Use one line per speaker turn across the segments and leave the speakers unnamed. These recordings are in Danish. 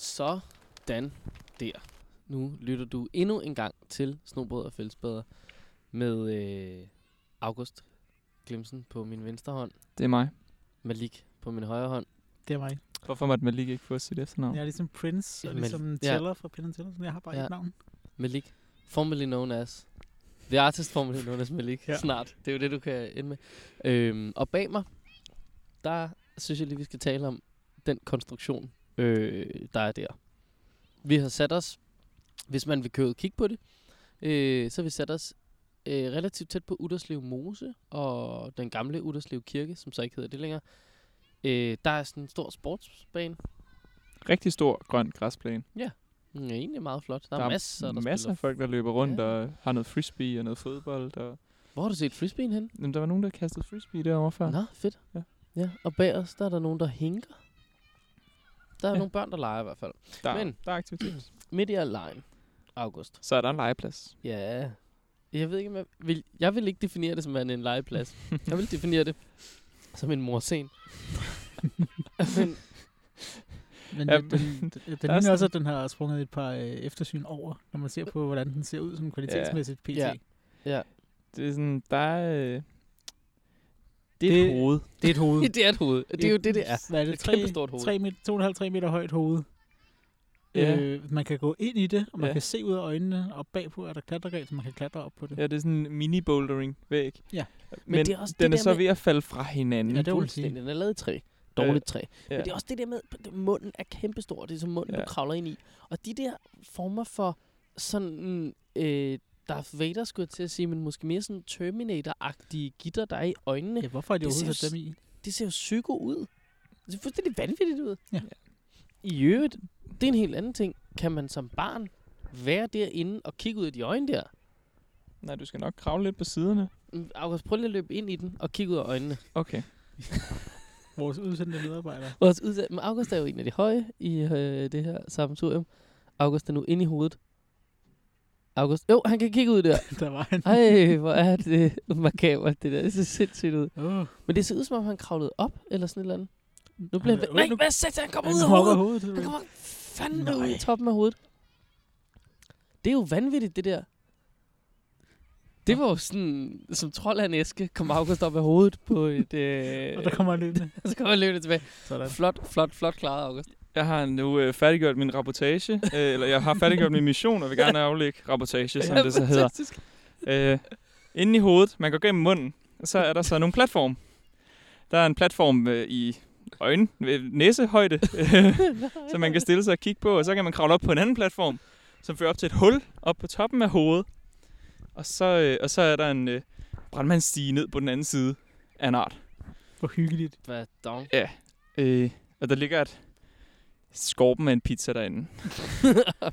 Sådan der. Nu lytter du endnu en gang til Snobrød og Fællesbader med øh, August Glemsen på min venstre hånd,
Det er mig.
Malik på min højre hånd.
Det er mig.
Hvorfor måtte man lige ikke få sit efternavn?
Jeg er ligesom Prince, og
Jamen,
ligesom
ja.
Teller fra Penn Teller. Jeg har bare
Ja.
et navn.
Malik, formerly known as... The artist formerly known as Malik, ja.
Ja.
snart. Det er jo det, du kan ende med. Øhm, og bag mig, der synes jeg lige, vi skal tale om den konstruktion, øh, der er der. Vi har sat os, hvis man vil købe kigge på det, øh, så har vi sat os øh, relativt tæt på Udderslev Mose og den gamle Udderslev Kirke, som så ikke hedder det længere. Øh, der er sådan en stor sportsbane.
Rigtig stor grøn græsplæne.
Den er Mm, egentlig meget flot. Der, er masser, der
masser
spiller.
af folk, der løber rundt
Ja.
ja. og har noget frisbee og noget fodbold. Og...
Hvor har du set frisbeen hen?
Jamen, der var nogen, der kastede frisbee derovre før.
Nå, fedt. Ja.
Ja.
ja. Og bag os, der er der nogen, der hinker. Der er ja.
Ja.
nogle børn, der leger i hvert fald.
Der,
Men-
Men. der er aktivitet.
Midt i al lejen. August.
Så er der en legeplads.
Ja. Jeg ved ikke, om jeg vil, jeg vil ikke definere det som værende en legeplads. jeg vil definere det som en morsen. Men
Men
Ja,
ja, den, den, den
er
ligner
sådan-
også, at den har sprunget et par øh, eftersyn over, når man ser på, hvordan den ser ud sådan kvalitetsmæssigt pt.
Ja.
Ja.
Det er sådan, der er... Øh... Det er
Det-
et hoved.
Det er et hoved.
det er et hoved. Det er jo det, det er.
Hvad er det?
Et
Et
kæmpestort hoved.
3 meter, 2,5-3 meter højt hoved.
Ja.
Øh, man kan gå ind i det, og man
Ja.
kan se ud af øjnene, og bagpå er der klatregræs, så man kan klatre op på det.
Ja, det er sådan en mini-bouldering-væg.
Ja.
Men, Men det er også den
det
er
der
så
med-
ved at falde fra hinanden.
Ja, det må man sige. Øh,
Fuldstændig. Den er lavet i træ. Dårligt træ. Men
ja.
det er også det der med, at munden er kæmpestor. Det er som munden, ja.
Ja.
du kravler ind i. Og de der former for sådan... Øh, Darth Vader skulle jeg til at sige, men måske mere sådan Terminator-agtige gitter, der er i øjnene.
Ja, hvorfor er de
Det ser
overhovedet
jo
sat dem i?
Det ser jo psyko ud. Det ser fuldstændig vanvittigt ud.
Ja.
I øvrigt, det er en helt anden ting. Kan man som barn være derinde og kigge ud af de øjne der?
Nej, du skal nok kravle lidt på siderne.
Mm, August, prøv lige at løbe ind i den og kigge ud af øjnene.
Okay.
Vores udsendte medarbejdere.
Vores udsat, men August er jo en af de høje i øh, det her samturium. August er nu inde i hovedet. August, jo, han kan kigge ud der.
der var en.
Ej, hvor er det makabert, det der. Det ser sindssygt ud.
Oh,
Men det ser ud, som om han kravlede op, eller sådan et eller andet. Nu
Han
bliver han...
er-
Nej,
nu-
hvad sagde han? kommer
han
ud af
hopper
hovedet.
hovedet.
Han kommer fandme ud i
Nej.
toppen af hovedet. Det er jo vanvittigt, det der. Det var jo sådan, som trold af en æske, kom August op af hovedet på et... Øh,
Og der kommer han løbende.
så kommer han løbende tilbage.
Sådan.
Flot, flot, flot klaret, August.
Jeg har nu øh, færdiggjort min rapportage, øh, eller jeg har færdiggjort min mission, og vil gerne aflægge rapportage, som det så hedder.
Fantastisk.
Øh, inde i hovedet, man går gennem munden, og så er der så nogle platform. Der er en platform øh, i øjen, øh, næsehøjde, øh, som man kan stille sig og kigge på, og så kan man kravle op på en anden platform, som fører op til et hul op på toppen af hovedet. Og så, øh, og så er der en øh, brandmandsstige ned på den anden side af en art.
Hvor hyggeligt.
Hvad dog?
Øh, og der ligger et skorpen af en pizza derinde.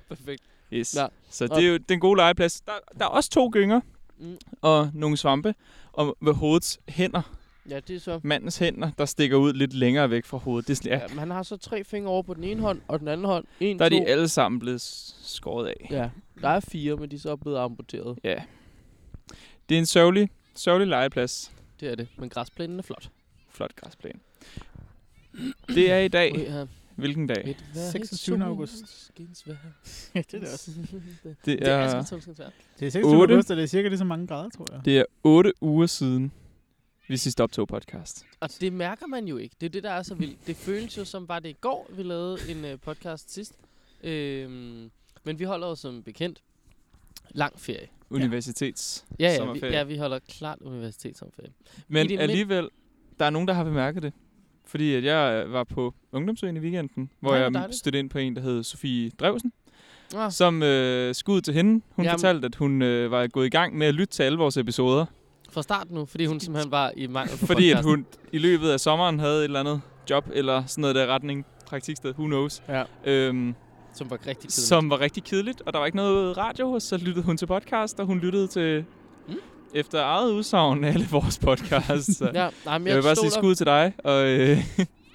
Perfekt.
Yes.
Nå.
Så
Nå.
det er jo den gode legeplads. Der, der er også to gynger
Mm.
og nogle svampe, og ved hovedets hænder
Ja, det er så.
mandens hænder, der stikker ud lidt længere væk fra hovedet. Det er,
Ja.
sådan- ja,
men han har så tre fingre over på den ene hånd, og den anden hånd. En,
der er
to.
de alle sammen blevet s- skåret af.
Ja, der er fire, men de er så blevet amputeret.
Ja. Det er en sørgelig, sørgelig legeplads.
Det er det. Men græsplænen er flot.
Flot græsplæne. Det er i
Må
dag.
jeg have
Hvilken dag?
et vejr, et
26.
sol-
august.
skinsvejr.
det er det også.
Det
Det er altså
er,
sgu solskinsvejr.
Det er 26.
Otte.
august, og det er cirka lige så mange grader, tror jeg.
det er otte uger siden, vi sidst optog podcast.
Og det mærker man jo ikke. Det er det, der er så vildt. Det føles jo som var det i går, vi lavede en øh, podcast sidst. Øhm, men vi holder jo som bekendt lang ferie.
Universitets.
Ja, ja, vi,
Sommerferie.
ja, vi holder klart universitetssomferie. I
Men
det
alligevel, der er nogen, der har bemærket det. Fordi at jeg øh, var på ungdomsøen i weekenden, hvor
Nej, hvor
jeg
dejligt.
stødte ind på en, der hed Sofie Drevsen.
Ah,
som øh, skud til hende. Hun
Jamen.
Jamen. fortalte, at hun øh, var gået i gang med at lytte til alle vores episoder.
fra start nu, fordi hun simpelthen var i mangel på
Fordi at
podcasten.
hun i løbet af sommeren havde et eller andet job, eller sådan noget der retning, praktiksted, who knows,
Ja.
øhm,
Som var rigtig tidligt.
som var rigtig kedeligt, og der var ikke noget radio, og så lyttede hun til podcast, og hun lyttede til,
Mm.
mm. efter eget udsagn, alle vores podcasts. Så. ja,
Ja, nej, men
jeg
jeg,
vil bare sige
stoler,
skud til dig, og øh,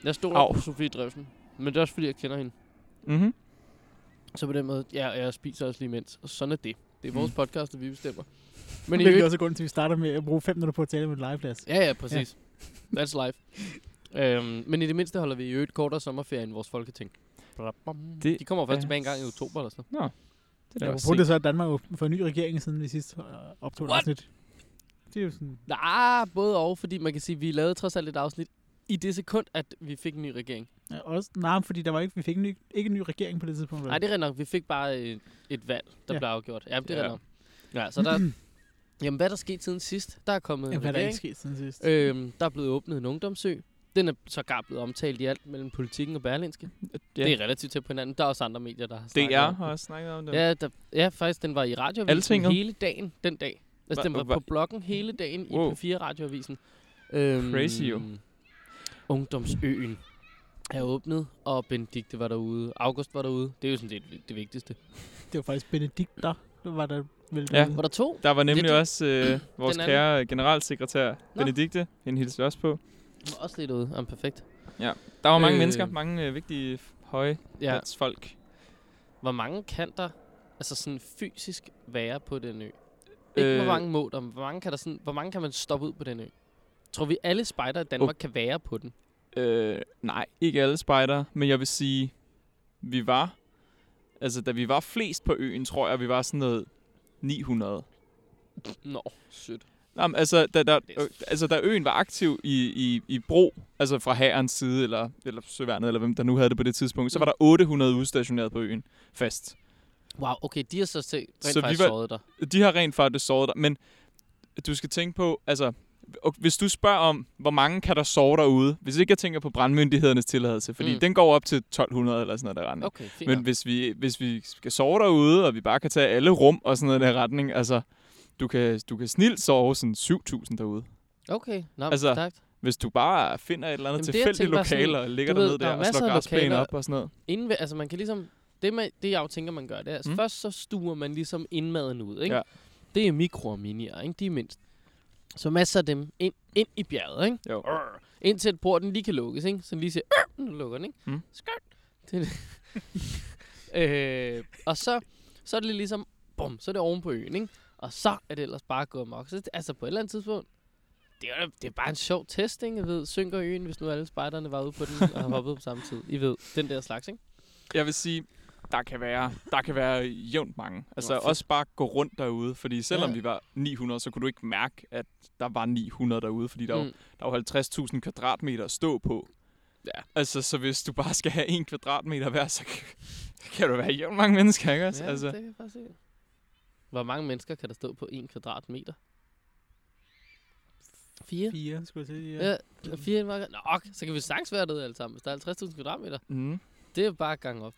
jeg stoler
Au.
på Sofie Drevsen. Men det er også fordi, jeg kender hende.
mm-hmm.
Så på den måde, ja, og jeg spiser også lige imens. Og sådan er det. Det er vores
Mm.
podcast, og vi bestemmer. Men
Men
i
det er
øvrigt...
også grunden til, at vi starter med at bruge fem minutter på at tale om et legeplads.
Ja, ja, præcis. That's life. Øhm, men i det mindste holder vi i øvrigt kortere sommerferie end vores folketing. Det
Det
de kommer først
er
tilbage en gang i oktober eller sådan noget.
Det er
Ja,
da
apropos
også
det, så er Danmark jo fået en ny regering, siden vi sidst øh, optog et
What?
afsnit. Det er jo sådan...
Nej, både og, fordi man kan sige, at vi lavede trods alt et afsnit i det sekund, at vi fik en ny regering.
Ja, også, nej, fordi der var ikke, vi fik en ny, ikke en ny regering på det tidspunkt. vel?
Nej, det er rent nok. Vi fik bare et, et valg, der ja.
Ja.
blev afgjort. Ja, men det er
Ja.
ja. nok. Ja, så der... Jamen, hvad er der sket siden sidst? Der er kommet
Jamen,
en
hvad er der ikke
regering.
sket siden sidst?
Øhm, der er blevet åbnet en ungdomsø. Den er sågar blevet omtalt i alt mellem politikken og Berlinske.
Ja.
Ja. Det er relativt tæt på hinanden. Der er også andre medier, der har snakket
DR
om
har også snakket om det.
den. Ja, der, ja, faktisk, den var i radioavisen
Altinget?
hele dagen den dag. Altså,
Hva-
den var
hva-
på bloggen hele dagen
Wow.
i P4-radioavisen. Øhm,
Crazy jo.
Ungdomsøen er åbnet, og Benedikte var derude. August var derude. Det er jo sådan det, det vigtigste.
Det var faktisk Benedikt, der var der vel
Ja.
Var der to?
Der var nemlig
Lidt-
også øh, vores
Den anden.
kære generalsekretær Benedikte, hende hilste vi også på.
Hun var også lidt ude. Jamen, perfekt.
Der var mange
Øh.
øh. mennesker, mange øh, vigtige, høje
Ja.
ja. folk.
Hvor mange kan der altså sådan fysisk være på den ø? Ikke øh, hvor
Øh.
mange må der, men hvor mange, kan der sådan, hvor mange kan man stoppe ud på den ø? Tror vi alle spejder i Danmark kan være på den?
Øh, nej, ikke alle spejdere, men jeg vil sige, vi var, altså da vi var flest på øen, tror jeg, vi var sådan noget 900.
Nå, sødt.
Nej, men altså, da, da, øh, altså, da øen var aktiv i, i, i Bro, altså fra herrens side, eller, eller søværnet, eller hvem der nu havde det på det
Mm.
tidspunkt, så var der 800 udstationeret på øen fast.
Wow, okay, de har så se, rent
Så vi
faktisk
var-
såret dig.
De har rent faktisk såret dig, men du skal tænke på, altså, og hvis du spørger om, hvor mange kan der sove derude, hvis ikke jeg tænker på brandmyndighedernes tilladelse, fordi
Mm.
mm. den går op til 1200 eller sådan noget der rent.
Okay, fint.
Men
Men,
hvis vi, hvis vi skal sove derude, og vi bare kan tage alle rum og sådan noget i den her retning, altså, du kan, du kan snilt sove sådan 7.000 derude.
okay, nå, altså,
altså,
stærkt.
Hvis du bare finder et eller andet
Jamen, det, jeg
tilfældigt
tænkte var sådan,
lokale og ligger
du ved,
dernede
der er
der og
masser
slår
af
græsplæne
lokaler.
op og sådan noget.
Inden ved, altså man kan ligesom, det, med, det jeg jo tænker, man gør, det er, altså, mm.
Mm.
først så stuer man ligesom indmaden ud, ikke? Ja.
Ja.
Det er mikro og minier, ikke? De er mindst. Så masser af dem ind, ind i bjerget, ikke?
Jo.
Indtil at porten lige kan lukkes, ikke? Så den lige siger, "Øh", nu lukker den, ikke? Mm.
Mm.
Skørt. Det er det. øh, og så, så er det ligesom, bum, så er det oven på øen, ikke? Og så er det ellers bare gået mok. Så, det- altså på et eller andet tidspunkt, det er, jo- det er bare en sjov test, ikke? Jeg ved, synker øen, hvis nu alle spejderne var ude på den og hoppede på samme tid. I ved, den der slags, ikke?
Jeg vil sige, der kan være, der kan være jævnt mange. Altså
Nå, fedt.
også bare gå rundt derude, fordi selvom
Ja.
ja. vi var 900, så kunne du ikke mærke, at der var 900 derude, fordi der, mm.
Mm.
der var 50.000 kvadratmeter at stå på. Ja. Altså, så hvis du bare skal have en kvadratmeter hver, så kan, kan du være jævnt mange mennesker, ikke også?
Ja,
altså.
det kan jeg bare se. Hvor mange mennesker kan der stå på en kvadratmeter? Fire?
Fire, skulle jeg sige. Ja.
Ja, fire. marker. Nå, ok, så kan vi sagtens være derude alle sammen, hvis der er 50.000 kvadratmeter.
Mm.
Det er bare gang op.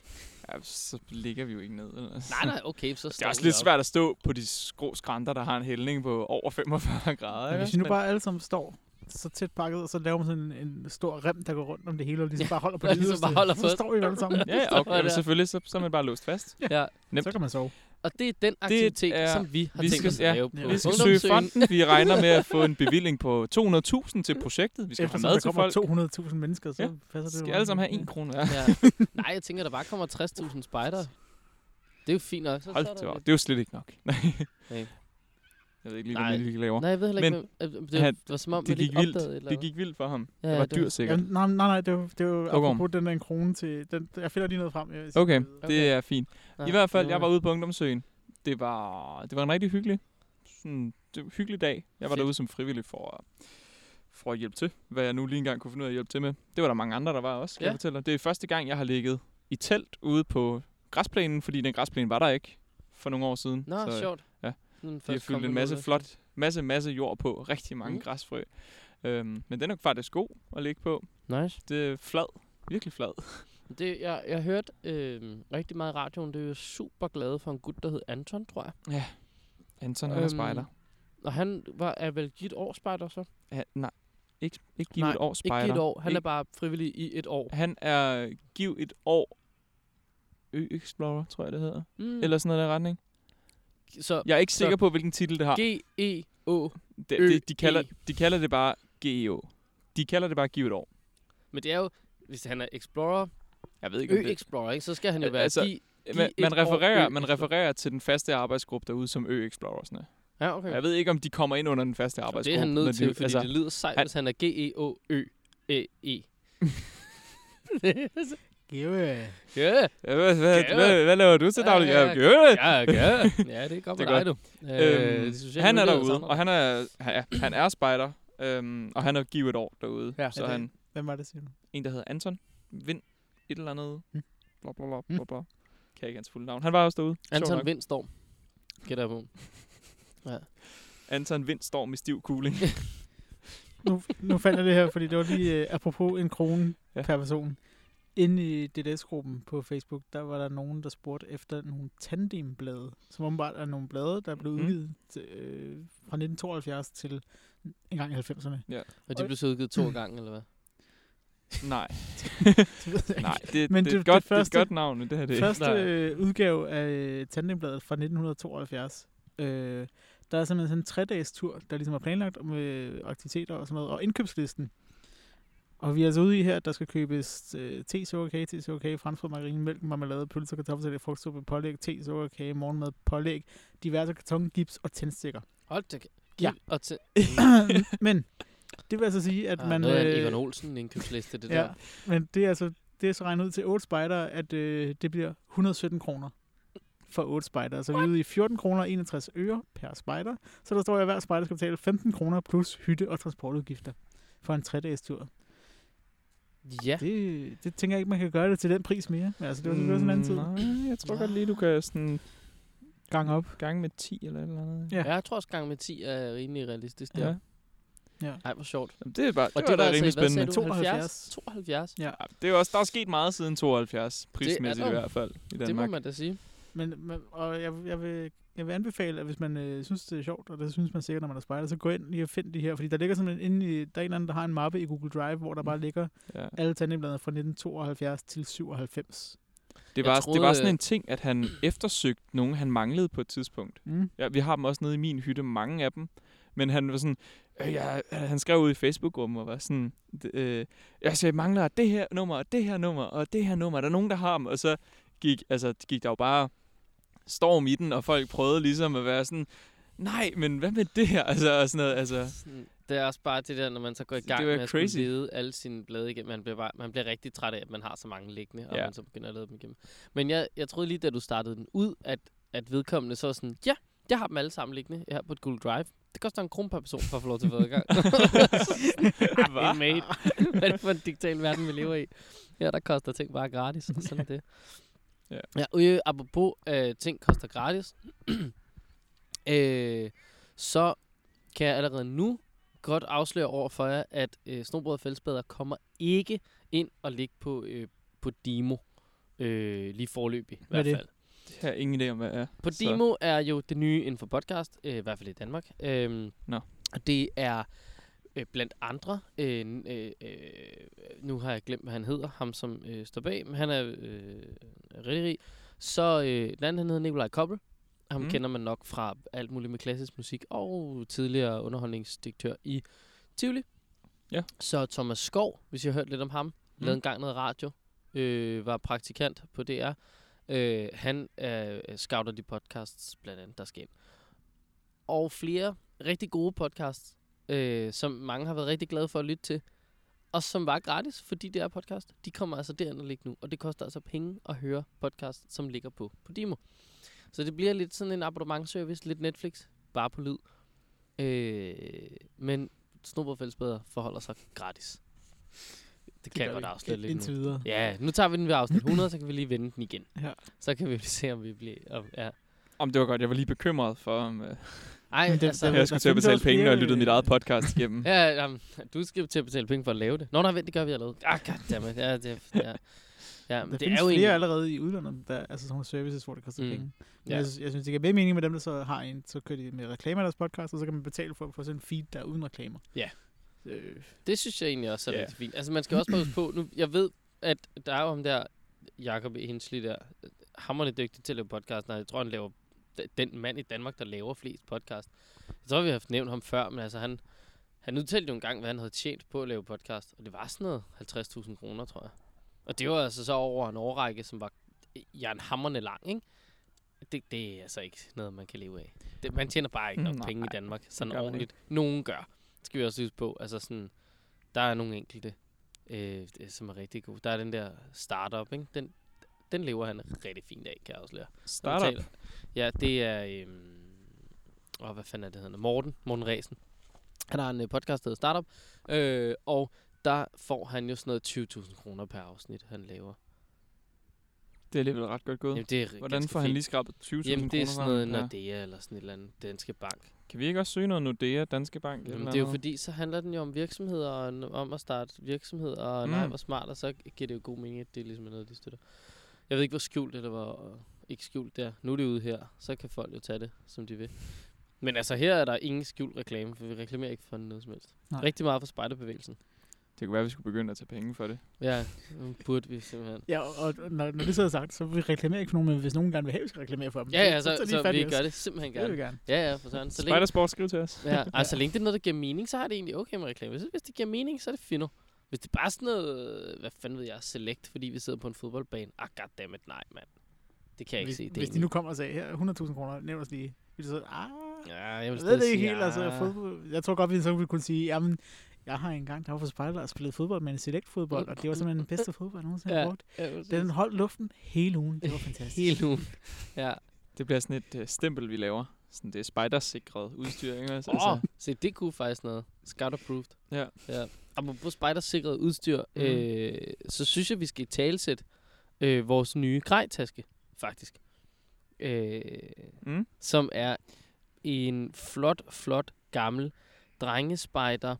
Ja, så ligger vi jo ikke ned. Eller?
Nej, nej, okay, så
Det er også lidt svært at stå på de skrå skrænter, der har en hældning på over 45 grader.
Men
ikke
hvis
også?
vi nu
Men-
bare alle sammen står så tæt pakket, og så laver man sådan en stor rem, der går rundt om det hele, og ligesom
Ja,
bare holder på
og
det
ligesom
yderste,
bare holder på
så
det.
står vi jo alle sammen.
Ja, ja,
står
okay, men
der.
selvfølgelig, så, så er man bare låst fast.
Ja,
Nemt.
Så kan man sove.
og det er den aktivitet, det er,
er-
som vi har
vi
tænkt
skal-
os at
ja,
lave på
vi
ja.
Vi skal søge fonden. Vi regner med at få en bevilling på 200.000 til projektet. Vi skal
Eftersom
have
der
mad til folk.
kommer 200.000 mennesker, så
Ja.
passer det
skal
jo
alle sammen have
meget.
1 krone. Ja.
Ja. Nej, jeg tænker, der bare kommer 60.000 spejdere. Det er jo fint nok. Så, så er
Hold
der
da op.
lidt-
Det er jo slet ikke nok. Nej.
Nej.
Jeg ved ikke lige,
Nej.
hvad de laver.
Nej, jeg ved heller ikke,
Men
hvem- øh, det
han-
var, var som om,
Det
man
gik
ikke opdagede et
vildt.
eller
Det
andet.
gik vildt for ham.
Ja,
Det var
det var-
dyrt sikkert.
Jamen, nej, nej, nej, det var, det var
Årgården.
apropos den der en krone til... Den, jeg finder lige noget frem. Jeg vil sige.
Okay,
Okay.
det er fint.
Nej,
I hvert fald,
det
jeg var ude på Ungdomsøen. Det var, det var en rigtig hyggelig, sådan, det var en hyggelig dag. Jeg var
Fedt.
derude som frivillig for, at- for at hjælpe til, hvad jeg nu lige engang kunne finde ud af at hjælpe til med. Det var der mange andre, der var også, kan
Ja.
ja. jeg fortælle dig. Det er første gang, jeg har ligget i telt ude på græsplænen, fordi den græsplæne var der ikke for nogle år siden.
Nå,
så
sjovt.
ja.
Sådan
de har
først
fyldt
kommet
en masse
ud.
flot, masse, masse jord på. Rigtig mange
Mm.
mm. græsfrø. Øhm, men den er faktisk god at ligge på.
Nice.
Det er flad. Virkelig flad.
Det, jeg, jeg hørte øh, rigtig meget i radioen. Det er jo super glade for en gut, der hed Anton, tror jeg.
Anton, han er
Øhm,
spejder.
Og han var, er vel givet år spejder så?
Ja, nej, ikke, ikke give
Nej,
et år spejder.
Ikke givet år. Han er
Ikke-
bare frivillig i et år.
Han er giv et år Ø-Explorer, tror jeg det hedder.
Mm.
Eller sådan noget i den retning.
så E
Jeg er ikke
Så-
sikker på, hvilken titel det har.
G-E-Å.
Det, det,
Ø-
de, kalder,
E.
de kalder det bare GEO. De kalder det bare giv et år.
Men det er jo, hvis han er explorer,
Jeg ved ikke, om det...
ø-explorer, ikke, så skal han jo
Al-
være altså,
altså-
gi-
Man,
et
man,
år
refererer,
Ø-Explorer.
man refererer til den faste arbejdsgruppe derude som Ø-Explorersne.
Ja, okay.
Jeg ved ikke, om de kommer ind under den faste
Og
arbejdsgruppe.
det er han nødt
men
til, fordi altså,
altså,
E det lyder sejt,
han-
E. hvis han er G-E-Å-Ø-E.
Yeah.
Ja,
Ja, hvad, hvad,
Gave.
hvad, hvad laver du til
Ja,
daglig?
ja, Øh,
Ja, ja,
ja, ja. ja det er godt
Det
med
er
dig,
godt.
du.
Øhm,
de sociale
han er
myndigheder
derude,
savner
og han er, han er, han er spejder, øhm, og han er givet et år derude.
Ja.
Ja, så
Er det-
han
Hvem var det, siger du?
en, der hedder Anton Vind, et eller andet,
Mm.
bla bla bla,
Mm.
bla, bla. Kan jeg ikke hans fulde navn. Han var også derude.
dig.
sjovt
Anton
nok.
Vindstorm. Gætter jeg på. Ja.
Anton Vind står med stiv kugling.
nu, nu fandt jeg det her, fordi det var lige øh, apropos en krone
Ja.
ja. per person. Inde i DDS-gruppen på Facebook, der var der nogen, der spurgte efter nogle tandemblade, som åbenbart er nogle blade, der blev
Mm.
udgivet til, øh, fra 1972 til engang i 90'erne.
Og de blev så udgivet to gange, eller hvad?
Nej,
Det ved jeg ikke.
nej. Det,
Men
det,
det-
er
det
et godt, det, er
første-
et godt navn, men det her det er ikke.
Første øh, udgave af øh, Tandembladet fra 1972. Øh, der er simpelthen sådan en tre-dages tur, der ligesom er planlagt med aktiviteter og sådan noget, og indkøbslisten. Og vi er altså ude i her, at der skal købes øh, te, sukkerkage, te, sukkerkage, franskbrød, margarine, mælk, marmelade, pølser, kartoffelsalat, frugtsuppe, pålæg, te, sukkerkage, morgenmad, pålæg, diverse karton, gips og tændstikker.
Hold da kæ-
Ja.
Giv- Og til,
Men det vil altså sige, at
at ah, man,
man...
Mm. noget af en
øh,
Egon Olsen indkøbsliste, det
ja,
der.
men det er altså det er så regnet ud til 8 spider, at øh, det bliver 117 kroner for 8 spider. Så vi er ude i 14 kroner og 61 øre per spider. Så der står, at hver spider skal betale 15 kroner plus hytte- og transportudgifter for en 3-dages tur.
Ja.
Det, det tænker jeg ikke, man kan gøre det til den pris mere. Men altså, det var selvfølgelig også en anden
Mm,
tid.
Nej, jeg tror godt lige, du kan sådan
Gang op.
gange med 10 eller et eller andet.
Ja.
ja. Jeg tror også, gang med 10 er rimelig realistisk der.
ja.
Ja. Ej, hvor sjovt.
Jamen, Det er bare, det,
Og altså
var da rimelig
hvad sagde
spændende.
du,
72?
72?
Ja.
Ja, det er jo også, der er sket meget siden 72, prismæssigt
der
i
jo.
hvert fald, i
Det må
Danmark.
man da sige.
Men, men, og jeg, jeg, vil, jeg vil anbefale, at hvis man øh, synes, det er sjovt, og det synes man sikkert, når man er spejder, så gå ind lige og find de her. Fordi der ligger simpelthen inde i, der er en eller anden, der har en mappe i Google Drive, hvor der
Mm.
bare ligger
Ja.
alle tandemblade fra 1972 til 97.
Det,
Jeg
var, troede, det var
troede,
sådan
øh,
en ting, at han eftersøgte nogen, han manglede på et tidspunkt.
Mm.
Ja, vi har dem også nede i min hytte, mange af dem. Men han var sådan, øh, jeg, han skrev ud i Facebook-gruppen og var sådan, d- øh, altså, jeg mangler det her nummer, og det her nummer, og det her nummer. Er der nogen, der har dem? Og så gik, altså, gik der jo bare storm i den, og folk prøvede ligesom at være sådan, nej, men hvad med det her? Altså, og sådan noget, altså,
Sådan, Det er også bare det der, når man så går i
Det
gang
var
med at skulle
crazy.
lede alle sine blade igennem. Man bliver, bare, man bliver rigtig træt af, at man har så mange liggende, og
Ja.
man så begynder at lede dem igennem. Men jeg, jeg troede lige, da du startede den ud, at, at vedkommende så var sådan, ja, jeg har dem alle sammen liggende her på et Google Drive. Det koster en krone per person for at få lov til at få adgang.
Hva?
Ej, mate. Hvad er det for en digital verden, vi lever i? Ja, der koster ting bare gratis, og sådan er det.
Ja.
ja og, øh, apropos øh, ting koster gratis, øh, så kan jeg allerede nu godt afsløre over for jer, at øh, Snobrød og Fællesbader kommer ikke ind og ligge på, øh, på Dimo. Øh, lige forløbig, i
Hvad er
hvert
det?
fald.
Det har jeg ingen idé om, hvad er. Så-
Podimo så. er jo det nye inden for podcast, øh, i hvert fald i Danmark. Øhm,
Nå.
Og det er øh, blandt andre, øh, n- øh, øh, nu har jeg glemt, hvad han hedder, ham som øh, står bag, men han er øh, rigtig rig. Så øh, den anden, han hedder Nikolaj Koppel. Ham
Mm.
mm. kender man nok fra alt muligt med klassisk musik, og tidligere underholdningsdirektør i Tivoli.
Ja.
Så Thomas Skov, hvis I har hørt lidt om ham, mm. lavede engang noget radio, øh, var praktikant på DR. Øh, han øh, scouter de podcasts, blandt andet, der skal ind. Og flere rigtig gode podcasts, øh, som mange har været rigtig glade for at lytte til, og som var gratis, fordi det er podcast, de kommer altså derind og ligger nu. Og det koster altså penge at høre podcast, som ligger på Podimo. Så det bliver lidt sådan en abonnementservice, lidt Netflix, bare på lyd. Øh, men Snobrødfællesbeder forholder sig gratis. Det kan jeg godt afsløre lidt nu.
Indtil videre.
Ja, nu tager vi den ved afsnit 100, så kan vi lige vende den igen.
Ja.
Så kan vi lige se, om vi bliver... Om, ja.
Om det var godt, jeg var lige bekymret for, om øh,
Ej,
Men det-
altså...
det-
jeg skulle til at
findes
betale
også
penge, når jeg
flere,
lyttede mit
øh,
eget podcast igennem.
Ja, jamen, du skal jo til at betale penge for at lave det. Nå, nej, vent, det gør vi allerede. Ah, goddammit. Ja, det, ja. Ja, men
Der
det er
findes
jo
flere
egentlig...
allerede i udlandet, der, altså sådan nogle services, hvor det koster
Mm.
mm. penge. Men
Ja.
jeg, synes- jeg synes, det giver mere mening med dem, der så har en, så kører de med reklamer i deres podcast, og så kan man betale for at få sådan en feed, der er uden reklamer.
Ja.
Øh,
Det synes jeg egentlig også er
Ja.
yeah. rigtig fint. Altså, man skal også bare huske på, nu, jeg ved, at der er jo ham der, Jakob Hensli der, hammerne dygtig til at lave podcast. Nej, jeg tror, han laver d- den mand i Danmark, der laver flest podcast. Jeg tror, vi har haft nævnt ham før, men altså, han, han udtalte jo engang, hvad han havde tjent på at lave podcast, og det var sådan noget 50.000 kroner, tror jeg. Og det var altså så over en årrække, som var jernhammerne lang, ikke? Det, det er altså ikke noget, man kan leve af. Det, man tjener bare ikke nok
Nej,
penge i Danmark, sådan
gør man
ordentligt. Nogen gør. Det skal vi også huske på. Altså sådan, der er nogle enkelte øh, det- som er rigtig god. Der er den der startup, ikke? Den, den lever han rigtig fint af, kan jeg også lære. Han
Startup.
betaler- Ja, det er... Øhm, åh, hvad fanden er det, han hedder? Morten. Morten Ræsen. Han har en øh, podcast, der hedder Startup. Øh, og der får han jo sådan noget 20.000 kroner per afsnit, han laver.
Det er alligevel ret godt gået.
Jamen, det er
Hvordan
ganske
får han
fint.
lige skrabet 20.000 kroner?
Jamen, det er sådan noget
frem? Ja.
Nordea eller sådan et eller andet danske bank.
Kan vi ikke også søge noget Nordea, Danske Bank? et
Jamen,
eller
det er jo
andet?
fordi, så handler den jo om virksomheder, og n- om at starte virksomheder, og
Mm.
mm. nej, hvor smart, og så giver det jo god mening, at det er ligesom er noget, de støtter. Jeg ved ikke, hvor skjult eller hvor øh, ikke skjult det er. Nu er det ude her, så kan folk jo tage det, som de vil. Men altså, her er der ingen skjult reklame, for vi reklamerer ikke for noget som helst.
Nej.
Nej. Rigtig meget for spejderbevægelsen.
Det kunne være, at vi skulle begynde at tage penge for det.
Ja, nu burde vi simpelthen.
Ja, og når, når det så er sagt, så vi reklamerer ikke for nogen, men hvis nogen gerne vil have, at vi skal reklamere for dem.
Ja, ja, så,
Mm. tager de
så,
fat i
vi
os.
gør det simpelthen
Det vil vi
gerne.
gerne.
Ja, ja, for sådan. Så længe,
Spejdersport, skriv til os.
ja, altså, så længe det er noget, der giver mening, så har det egentlig okay med reklame. Jeg synes, hvis det giver mening, så er det fint. Hvis det bare er sådan noget, øh, hvad fanden ved jeg, select, fordi vi sidder på en fodboldbane. Ah, goddammit, nej, mand. Det kan jeg ikke
Hvis,
se. Det
hvis de nu kommer og sagde, her er 100.000 kroner, nævn os lige. Vil de så, ah,
Ja, jeg,
jeg
vil
ved det
stadig
ikke
sige,
helt, altså
ah.
fodbold. Jeg tror godt, vi så ville kunne sige, jamen, jeg har engang, der var for spejler og spillede fodbold, men select fodbold, og det var simpelthen den bedste fodbold, jeg nogensinde har
Ja.
brugt.
Ja, præcis.
Den holdt luften hele ugen. Det var fantastisk.
Hele ugen. Ja.
Det bliver sådan et uh, stempel, vi laver. Sådan det er spejdersikret udstyr, ikke også? Altså,
Åh, oh, se, det kunne faktisk noget. Scout approved.
Ja.
ja. Apropos spidersikret udstyr,
Mhm.
mm. øh, så synes jeg, vi skal talsætte øh, vores nye grejtaske, faktisk. Øh,
Mm.
Som er en flot, flot gammel drengespejder.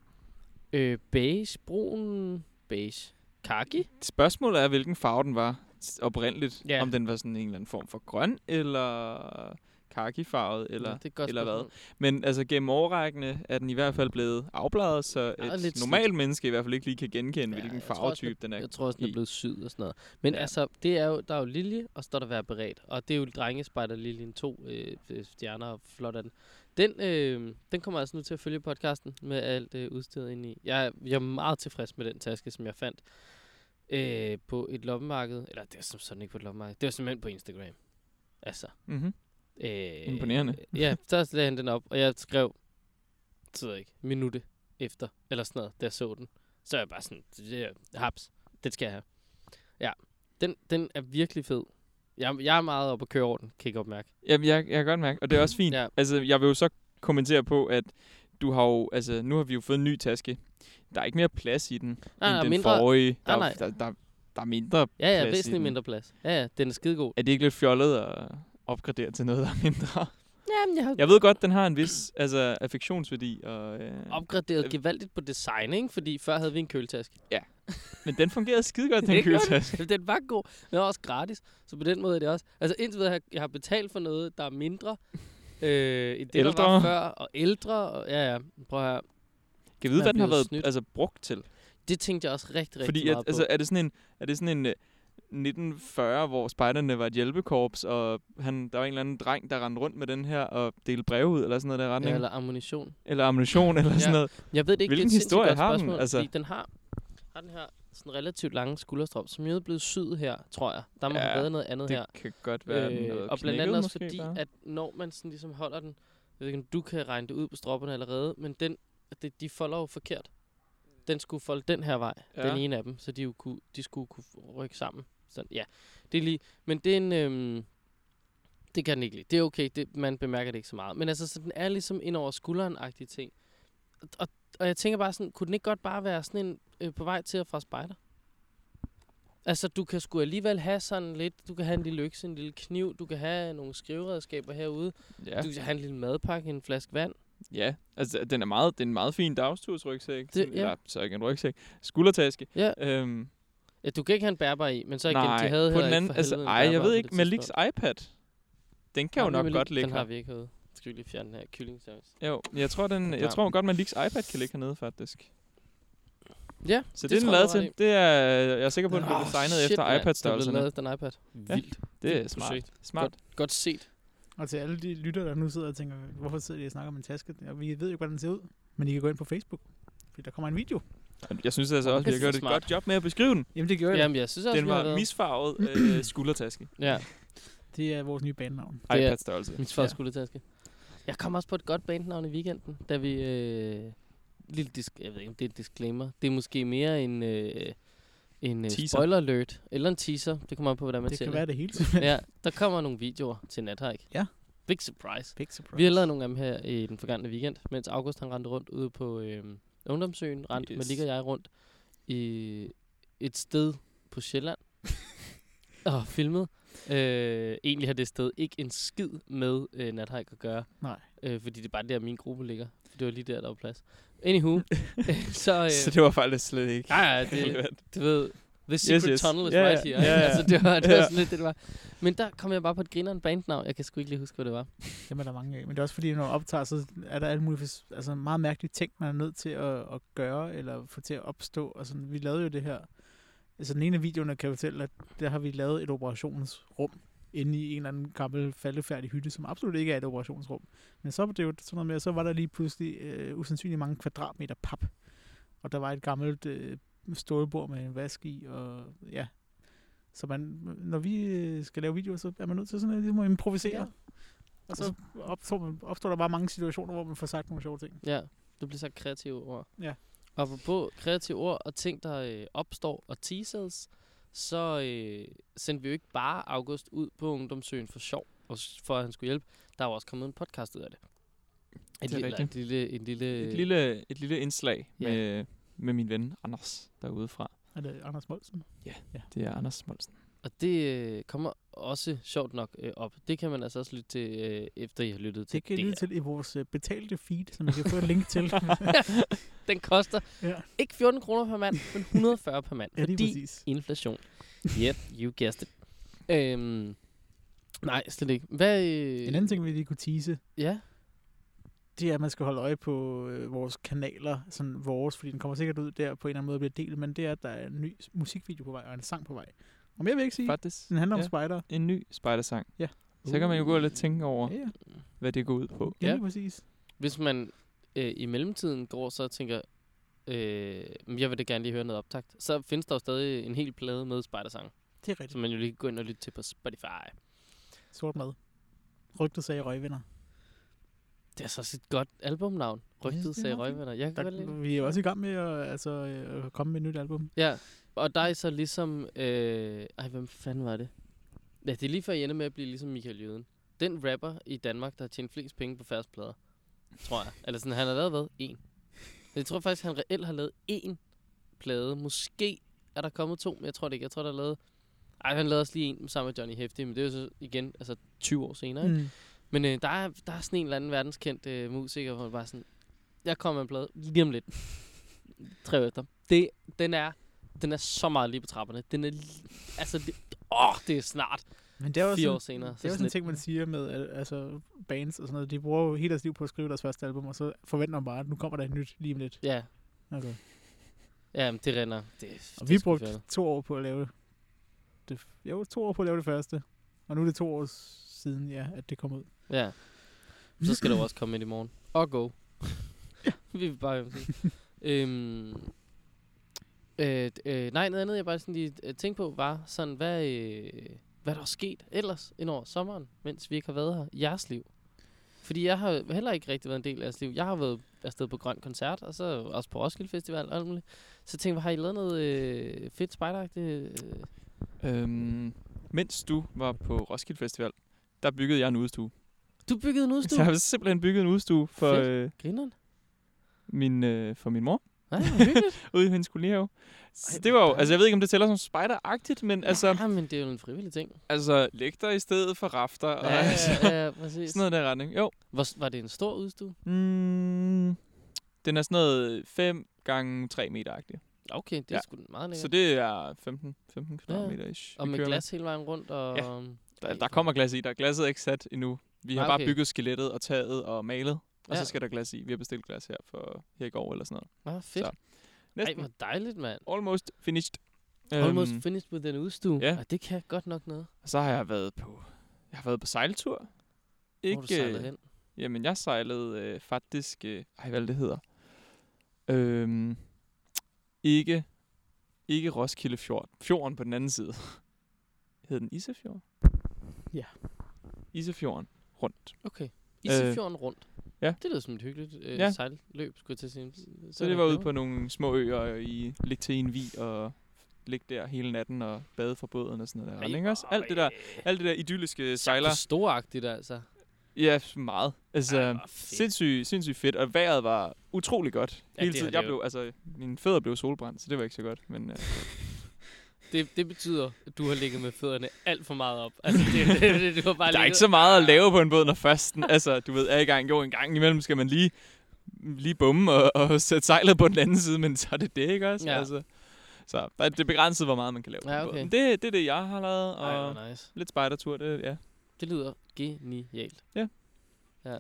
Øh, beige, brun beige. Kaki?
Spørgsmålet er, hvilken farve den var s- oprindeligt.
Ja.
Om den var sådan en eller anden form for grøn, eller kakifarvet, eller...
Ja, det er et godt
eller hvad?
spørgsmål.
Men altså gennem overrækkende er den i hvert fald blevet afbladet, så et
Ja, og lidt
normalt menneske i hvert fald ikke lige kan genkende, ja,
Ja,
hvilken
jeg tror også,
farvetype den er.
Jeg tror også, den
i.
er blevet syd og sådan noget. Men
Ja.
ja. altså, det er jo, der er jo Lilje, og så står der være beredt. Og det er jo drengespejder Liljen 2 øh, øh, stjerner, og flot er den. Den, øh, den kommer altså nu til at følge podcasten med alt øh, udstyret ind i. Jeg, er- jeg er meget tilfreds med den taske, som jeg fandt øh, på et loppemarked. Eller det er som sådan ikke på et loppemarked. Det var simpelthen på Instagram. Altså.
Mm-hmm.
Øh,
Imponerende.
Ja, så lagde han den op, og jeg skrev, det ved jeg ikke, minutte efter, eller sådan noget, da jeg så den. Så er jeg bare sådan, yeah, haps, det skal jeg have. Ja, den, den er virkelig fed. Jeg, jeg er meget oppe at køre over den, kan I godt mærke.
Jamen, jeg, jeg kan godt mærke, og det er også fint. ja.
Ja.
Altså, jeg vil jo så kommentere på, at du har jo, altså, nu har vi jo fået en ny taske. Der er ikke mere plads i den,
Nej,
end
nej,
den
mindre-
forrige. Der,
Nej,
er-
nej.
Der, der, der er mindre.
Ja, ja,
Plads i
væsentligt
den.
mindre plads. Ja, ja, den er skidegod.
Er det ikke lidt fjollet at opgradere til noget, der er mindre?
Jamen, jeg har
Jeg ved godt, den har en vis altså, affektionsværdi, og, øh,
opgraderet gevaldigt på design, ikke? Fordi før havde vi en køletaske.
men den fungerede skide godt, den
Det gjorde den.
køletaske.
den var god, men den var også gratis. Så på den måde er det også... Altså indtil videre har jeg- jeg har betalt for noget, der er mindre øh, end det, der
Ældre.
var før. Og ældre, og, ja, ja. Prøv at høre.
Kan vi vide,
Man
hvad den har
bliver
været
snydt.
altså, brugt til?
Det tænkte jeg også rigtig, rigtig
Fordi
meget
at,
på.
altså, er det sådan en, er det sådan en øh, 1940, hvor spejderne var et hjælpekorps, og han, der var en eller anden dreng, der rendte rundt med den her og delte breve ud, eller sådan noget der retning.
ja,
eller,
eller ammunition.
eller ammunition, eller ja.
Ja.
sådan noget.
Jeg ved det ikke,
Hvilken
det er et sindssygt
historie
godt
har den?
spørgsmål,
Altså-
Fordi den har, har den her sådan relativt lange skulderstrop, som jo er blevet syet her, tror jeg. Der må
Ja,
ja, have været noget andet
Det
her.
kan godt være, øh, den er
og blandt andet også
måske,
fordi,
bare.
at når man sådan ligesom holder den, jeg ved ikke, om du kan regne det ud på stropperne allerede, men den, det, de folder jo forkert. Den skulle folde den her vej,
Ja.
ja. den ene af dem, så de, jo kunne, de skulle kunne rykke sammen. Sådan, ja, det er lige, men det er en, øhm, det kan den ikke lide. Det er okay, det, man bemærker det ikke så meget. Men altså, så den er ligesom ind over skulderen-agtig ting. Og, og, og jeg tænker bare sådan, kunne den ikke godt bare være sådan en øh, på vej til og fra spejder? Altså, du kan sgu alligevel have sådan lidt, du kan have en lille økse, en lille kniv, du kan have nogle skriveredskaber herude,
ja.
ja. du kan have en lille madpakke, en flaske vand.
ja, altså den er, meget, den er en meget fin dagstursrygsæk.
Det-
sådan-
ja.
Eller, så ikke en rygsæk. Skuldertaske.
Ja.
Øhm,
ja, du kan ikke have en bærbar i, men så igen,
nej,
de havde
på
heller
den
ikke
anden,
for
altså,
helvede en
ej, jeg
bærbar
ved
på
ikke,
det
Maliks
tidspunkt.
iPad, den kan jo
Nej,
nok
Malik,
godt ligge
Den
her.
har vi ikke herude. Så Skal vi lige fjerne den her kyllingsjans?
Jo, jeg tror, den, jeg
Ja.
tror godt, man Leaks iPad kan ligge hernede, faktisk.
Ja,
Så
det
det, det er den
tror
lavet
jeg, du har
til. Det er, jeg er sikker på, at den blev
Åh,
designet
shit,
efter
mand.
iPad-størrelserne.
Det blev lavet efter en iPad. Vildt.
Det er
Vildt
smart.
projekt.
Smart.
Godt set.
Og til alle de lytter, der nu sidder og tænker, hvorfor sidder de og snakker om en taske? Og vi ved jo, hvordan den ser ud. Men I kan gå ind på Facebook, fordi der kommer en video.
Jeg synes altså også, vi har
Det er
gjort et
smart.
godt job med at beskrive den.
Jamen det gjorde jeg.
Jamen, jeg synes også,
Den
vi har
var
været-
misfarvet øh, skuldertaske.
Ja,
Det er vores nye banenavn.
Det er-
iPad-størrelse.
min far skulle taske. Jeg kom også på et godt bandnavn i weekenden, da vi... Øh, lille disk, jeg ved ikke, om det er en disclaimer. Det er måske mere en, øh, en øh,
Teaser.
spoiler alert, eller en teaser. Det kommer an på, hvordan man
Det
ser
kan
det.
være det hele simpelthen.
Ja, der kommer nogle videoer til Nathike.
Ja.
Big surprise.
Big surprise.
Vi har lavet nogle af dem her i den forgangne weekend, mens August han rendte rundt ude på øh, Ungdomsøen, rendte yes.
Yes.
med Ligger og jeg rundt i et sted på Sjælland og filmet. Øh, egentlig har det sted ikke en skid med øh, Nathike at gøre.
Nej.
Øh, fordi det er bare der, min gruppe ligger. Det var lige der, der var plads. Anywho, så... Øh,
Så det var faktisk slet ikke
Ja, ja, det,
relevant.
du ved, the secret yes,
yes.
yes. tunnel is
Ja, ja.
right here.
Ja, ja.
altså, det var, det var
Ja.
sådan lidt det, det var. Men der kom jeg bare på et grineren bandnavn. Jeg kan sgu ikke lige huske, hvad det var.
Dem er der mange af. Men det er også fordi, når man optager, så er der alle mulige fors- altså meget mærkelige ting, man er nødt til at, at gøre, eller få til at opstå. Og sådan, vi lavede jo det her. Altså den ene af videoerne kan jeg fortælle, at der har vi lavet et operationsrum inde i en eller anden gammel faldefærdig hytte, som absolut ikke er et operationsrum. Men så var det jo sådan noget med, at så var der lige pludselig øh, usandsynligt mange kvadratmeter pap. Og der var et gammelt øh, stålbord med en vask i, og ja. Så man, når vi øh, skal lave videoer, så er man nødt til sådan at ligesom at improvisere.
Ja.
Og så opstår, man, opstår der bare mange situationer, hvor man får sagt nogle sjove ting.
Ja, du bliver sagt kreative ord.
Ja.
Og på kreative ord og ting, der øh, opstår og teases, så øh, sendte vi jo ikke bare August ud på Ungdomsøen for sjov, og s- for at han skulle hjælpe. Der var også kommet en podcast ud af det. Et,
Det er
lille, eller et
rigtigt.
lille, en lille,
Et lille, et lille indslag
Ja.
med, med min ven Anders derude fra.
Er det Anders Molsen?
Det er Anders Molsen.
Og det øh, kommer også sjovt nok øh, op. Det kan man altså også lytte til, øh, efter I har lyttet til
Det kan I lytte
her.
til i vores øh, betalte feed, som I kan få et link til.
Den koster
ja,
ikke 14 kroner per mand, men 140 per mand.
ja lige
fordi
præcis.
Inflation. Yep, you guessed it. Øhm, nej, slet ikke. Hvad, øh,
En anden ting, vi lige kunne tease,
Ja,
det er, at man skal holde øje på øh, vores kanaler, sådan vores, fordi den kommer sikkert ud der på en eller anden måde og bliver delt, men det er, at der er en ny s- musikvideo på vej og en sang på vej. Og mere vil jeg ikke sige.
Faktisk
Den handler om
Ja.
spider.
en ny spejdersang.
Ja.
Så kan man jo gå og lidt tænke over,
Ja, ja.
hvad det går ud på.
ja,
Ja.
lige præcis.
hvis man øh, i mellemtiden går så og tænker, øh, "Men jeg vil da gerne lige høre noget optakt, så findes der jo stadig en hel plade med spejdersang,
Det er rigtigt.
som man jo lige kan gå ind og lytte til på Spotify.
Sort mad. Rygtet sagde røgvinder.
Det er så også et godt albumnavn.
det er
Rygtet sagde
meget fint.
røgvinder. Jeg kan godt lide det.
Der, vi er også i gang med at, altså, øh, at komme med et nyt album.
Ja, og der er I så ligesom... Øh, ej, hvem fanden var det? Ja, det er lige før, I ender med at blive ligesom Michael Jøden. Den rapper i Danmark, der har tjent flest penge på færdes plader, tror jeg. Eller sådan, han har lavet hvad? En. Jeg tror faktisk, han reelt har lavet én plade. Måske er der kommet to, men jeg tror det ikke. Jeg tror, der er lavet... Ej, han lavede også lige en sammen med Johnny Hefti, men det er jo så igen, altså 20 år senere. Mm.
Mm.
Men øh, der, er, der er sådan en eller anden verdenskendt øh, musiker, hvor det bare er sådan, jeg kommer med en plade lige om lidt. Tre år efter. Det, den er, den er så meget lige på trapperne. Den er, li- altså, det, åh, det er snart.
Men det er jo
Fire
sådan,
år senere, så
Det er jo sådan
sådan
en ting, man siger med al- altså, bands og sådan noget. De bruger jo hele deres liv på at skrive deres første album, og så forventer man bare, at nu kommer der et nyt lige om lidt.
Ja,
Okay.
ja men det render. Det, det er
Og vi
sgu
brugte
fjollet.
to år på at lave det. f- Jo, to år på at lave det første. Og nu er det to år siden, ja, at det kom ud.
Ja. Så skal der jo også komme ind i morgen. Og go. vi vil bare hjem til. øhm, øh, d- øh, nej, noget andet, jeg bare sådan lige øh, tænkte på, var sådan, hvad, øh, hvad der er sket ellers ind over sommeren, mens vi ikke har været her i jeres liv. Fordi jeg har heller ikke rigtig været en del af jeres liv. Jeg har været afsted på Grøn Koncert, og så også på Roskilde Festival og alt muligt. Så jeg tænkte, har I lavet noget øh, fedt spejderagtigt? Øh?
Øhm, mens du var på Roskilde Festival, der byggede jeg en udstue.
Du byggede en
Så jeg
udstue.
har simpelthen bygget en udstue for,
Fedt.
øh,
Grineren?
min, øh, for min mor
Nej, hvor hyggeligt.
ude i hendes kolonihave. Så
Ej,
det
hvor
var jo,
dejligt.
altså jeg ved ikke, om det tæller som spejderagtigt, men altså,
ja, men det er jo en frivillig ting.
altså lægter i stedet for rafter. Og,
Ja,
altså,
ja, ja, præcis.
Sådan noget der retning. Jo.
Hvor, var det en stor udstue?
Mm, den er sådan noget 5 gange 3 meter agtig.
Okay, det er
Ja.
sgu meget lækkert.
Så det er 15, 15 kvadratmeter ish.
og med glas hele vejen rundt, og... øhm,
Ja. Der, der, kommer glas i. Der er glasset ikke sat endnu. Vi har
Nej,
bare
okay.
bygget skelettet og taget og malet. Og
Ja.
så skal der glas i. Vi har bestilt glas her for her i går eller sådan noget.
Nå, fedt.
Så,
Ej,
Næsten
hvor dejligt, mand.
almost finished.
Almost
Øhm,
finished with an udstue.
ja.
Og det kan godt nok noget.
og så har jeg været på jeg har været på sejltur.
Ikke... Hvor er du
øh,
sejlet hen.
Jamen, jeg sejlede øh, faktisk... Øh, ej, hvad er det, det hedder? Øhm, ikke, ikke Roskilde Fjord. Fjorden på den anden side. Hed den Isefjord?
Ja.
Isefjorden rundt.
Okay. Isefjorden rundt.
øh, Ja.
Det lyder som et hyggeligt øh,
Ja.
ja. sejlløb, skulle jeg til at sige.
Så det var ude på nogle små øer i ligge til en vig og ligge der hele natten og bade fra båden og sådan noget der. Ikke også? Alt det der, alt det der idylliske sejler.
For storagtigt, altså.
Ja, meget. Altså,
Ej, hvor fedt.
sindssygt, sindssygt fedt. Og vejret var utrolig godt.
Ja,
Hele
det har
tiden.
det
Jeg
jo.
blev, altså, mine fødder blev solbrændt, så det var ikke så godt. Men uh,
Det, det betyder, at du har ligget med fødderne alt for meget op. Altså, det, det, det, det var bare
der er
ligget-
ikke så meget at lave på en båd, når først den, altså, du ved, er i gang. Jo, en gang imellem skal man lige, lige bumme og, og sætte sejlet på den anden side, men så er det det, ikke også?
Ja.
Altså, så der- det er begrænset, hvor meget man kan lave på
Ja,
en båd.
okay.
Men det, det er det, jeg har lavet, og
Ej, hvor nice.
lidt spejdertur, det, ja.
Det lyder genialt.
Ja.
ja.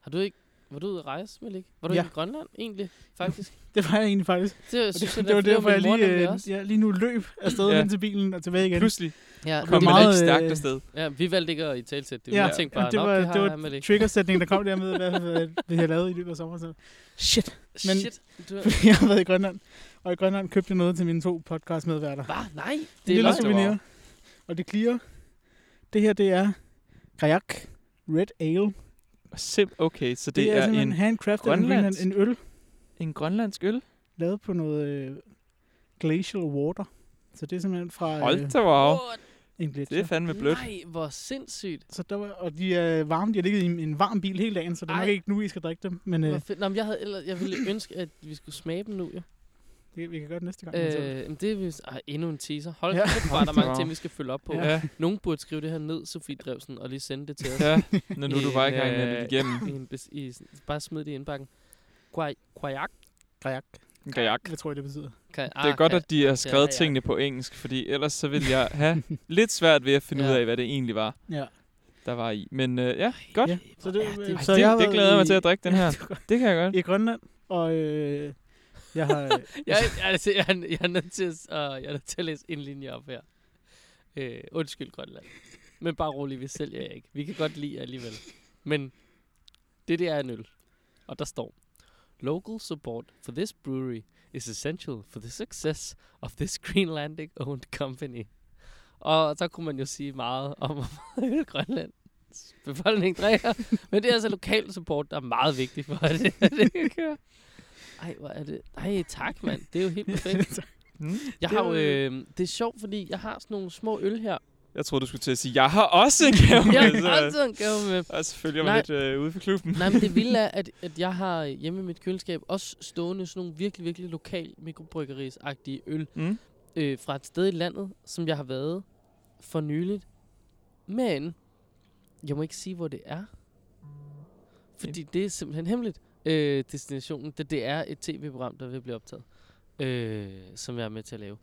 Har du ikke... Var du ude at rejse, Malik? Var du
Ja.
ikke i Grønland, egentlig, faktisk?
Det var jeg egentlig faktisk.
Det,
Og
synes jeg,
det, det var
flere
derfor,
af
jeg
mine mor
lige,
nemlig
øh,
også.
jeg lige nu løb afsted
Ja.
ja. hen til bilen og tilbage igen.
Pludselig
Ja,
det
kom
var
man
meget,
ikke stærkt
øh,
afsted.
ja, vi valgte ikke at i tale det. Vi
Ja,
ja. tænkte bare,
jamen, det
"Nå,
var-
det, har
det var-
jeg, Malik.
Triggersætningen, der kom der med, hvad, hvad, hvad jeg lavede i løbet af sommeren. Så. Shit, men-
Shit. Du,
fordi jeg har været i Grønland. Og i Grønland købte jeg noget til mine to podcastmedværter.
Hva? Nej,
Det er
løgn.
lille souvenir. Og det clear. Det her, det er Kajak Red Ale.
Sim, okay, så
Det, det er, er
en,
en handcrafted en,
grønlandsk-
en øl,
en grønlandsk øl.
lavet på noget øh, glacial water. Så det er simpelthen fra øh,
Hold da wow.
Åh,
en gletsjer.
Det er fandme blødt.
Nej, hvor sindssygt.
Så der var, og de er varme, de har ligget i en- en varm bil hele dagen, så det er
Ej.
nok ikke nu, I skal drikke dem. Men
Hvor
øh,
fedt. Nå, men jeg, havde, ellers, jeg ville ønske, at vi skulle smage dem nu, jo.
det, vi kan gøre det næste gang. Øh,
Øh, men det er vi... Ej, endnu en teaser. Hold
Ja.
ja. kæft, bare der er mange
Wow.
ting, vi skal følge op på. Ja.
Ja,
Nogen burde skrive det her ned, Sofie Drevsen, og lige sende det til os.
ja. Når nu du
En,
bare ikke har
øh,
det igennem.
I en bes- i, sådan- bare smid det i indbakken. Guay, guayak.
Kajak.
En kajak.
Ah,
Hvad tror I, det betyder?
Kan,
Det er godt, at de har skrevet
kajak.
tingene på engelsk, fordi ellers så ville jeg have lidt svært ved at finde ud
Ja.
af, hvad det egentlig var,
Ja.
der var i. Men øh, ja, godt. Ej,
Så det,
Ja, det-
øh,
Ej,
så jeg har
det, det
været
glæder jeg mig
i-
til at drikke den her.
Det var godt.
Det kan jeg godt.
I Grønland, og øh, jeg har...
Jeg, jeg, altså, jeg, er- jeg, er nødt til at, s- og jeg er nødt til at læse en linje op her. Øh, undskyld, Grønland. Men bare rolig, vi sælger jer ikke. Vi kan godt lide jer alligevel. Men det der er en øl. Og der står, Local support for this brewery is essential for the success of this Greenlandic-owned company. Og så kunne man jo sige meget om, hvor meget øl Grønlands befolkning drikker. Men det er altså lokal support, der er meget vigtigt for, at det, at det kan køre. Ej, hvor er det... Ej, tak, mand. Det er jo helt perfekt.
Mm.
Jeg
Det
har jo,
var-
øh, det er sjovt, fordi jeg har sådan nogle små øl her.
Jeg troede, du skulle til at sige, jeg har også en gave
Jeg
med.
har
Så,
altid en gave med.
og selvfølgelig var lidt øh, ude for klubben.
Nej, men det vilde er, at, at jeg har hjemme i mit køleskab også stående sådan nogle virkelig, virkelig lokal mikrobryggerisagtige øl
Mm.
øh, fra et sted i landet, som jeg har været for nyligt. Men jeg må ikke sige, hvor det er. Fordi det er simpelthen hemmeligt, øh, destinationen. Det, det er et tv-program, der vil blive optaget, øh, som jeg er med til at lave.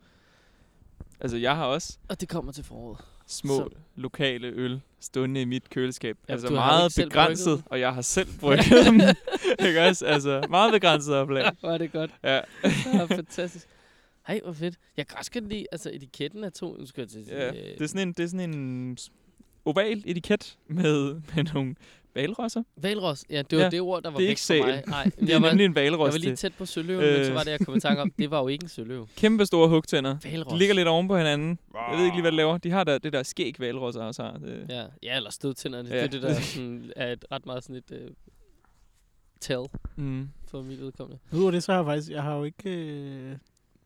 Altså, jeg har også
Og det kommer til foråret.
små
Så-
lokale øl stående i mit køleskab.
Ja,
Ja, altså
du har jo ikke
meget
selv
begrænset,
brygget
og jeg har selv brygget dem. Ikke også? Altså, meget begrænset oplag.
Hvor er det godt.
Ja.
Ja, fantastisk. Ej, hvor fedt. Jeg kan også godt lide, altså etiketten af to, nu skal jeg til at sige,
Ja,
øh,
det er sådan en, det er sådan en s- oval etiket med, med nogle valrosser.
Valros, ja, det var
Ja,
ja, det ord, der var
det er
væk
ikke
for mig.
sælen.
Nej,
Det
jeg,
er
var,
nemlig en
jeg
valros.
var lige
Lige...
tæt på søløven, øh. men så
Øh.
var det, jeg kom i tanke om, det var jo ikke en søløv.
Kæmpe store hugtænder.
Valros.
De ligger lidt oven på hinanden. Jeg ved ikke lige, hvad de laver. De har der, det der skæg valrosser også har. Det,
Ja, ja eller stødtænderne. Ja.
Ja.
Det er det, der er sådan, er et ret meget sådan et uh, tell
mm.
for mit udkommende.
Udover det, så har jeg faktisk, jeg har jo ikke, øh,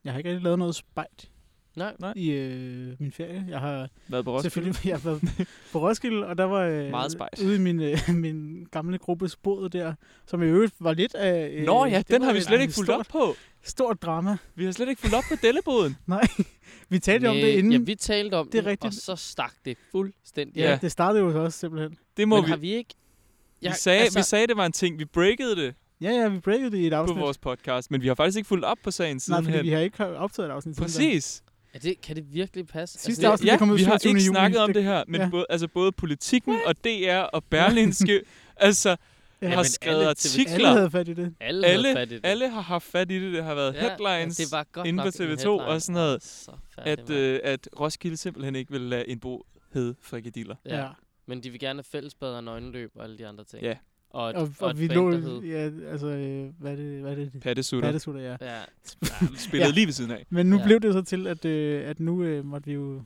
jeg har ikke rigtig lavet noget spejt
Nej,
i øh, min ferie. Jeg har
Været på
Roskilde.
Roskilde.
selvfølgelig, jeg var på Roskilde, og der var øh,
Meget spejt.
ude i min, øh, min gamle gruppes båd der, som i øvrigt var lidt af... øh,
Nå ja,
det
den
var
har vi
et
slet ikke fulgt op
stort,
på.
Stort drama.
Vi har slet ikke fulgt op på delleboden.
Vi talte om det
Næh,
inden.
Ja, vi talte om
Det er
det, rigtigt. og
rigtigt.
så stak det fuldstændig.
Ja.
Ja.
Det startede jo så også simpelthen.
Det må
Men
vi...
har altså- vi ikke...
Vi sagde, vi sagde, det var en ting. Vi breakede det
Ja, ja, vi breakede det i et
på
afsnit.
vores podcast, men vi har faktisk ikke fulgt op på sagen
Nej, fordi
sidenhen.
vi har ikke optaget et afsnit. siden da.
Præcis.
er det, kan det virkelig passe? Altså,
Sidste
det-
afsnit,
ja,
der kom ud
vi har
27.
ikke
juni.
snakket om
Det-
det her, men
ja.
både, altså både politikken og DR og Berlinske, altså
Ja,
ja, har
men
skrevet
alle
Alle
artikler.
havde fat i det.
Alle,
Alle-
havde fat i det.
Alle har haft fat i det. Det har været ja, headlines
det var godt
inde
nok
på
en
TV2 og
headline. altså.
sådan noget,
Så færdig,
at, øh, at Roskilde simpelthen ikke vil lade en bo hedde frikadiller.
ja.
Ja.
ja. Men de vil gerne have fællesbad og nøgenløb og alle de andre ting.
Ja.
Og, et,
Og, og, vi
et
lå...
band, der hed...
Ja, altså, øh, hvad er det? Hvad er det?
Pattesutter
Pattesutter, ja.
Ja.
spillede
Ja.
lige ved siden af.
Men nu
Ja.
ja. blev det så til, at, øh, at nu øh, måtte vi jo...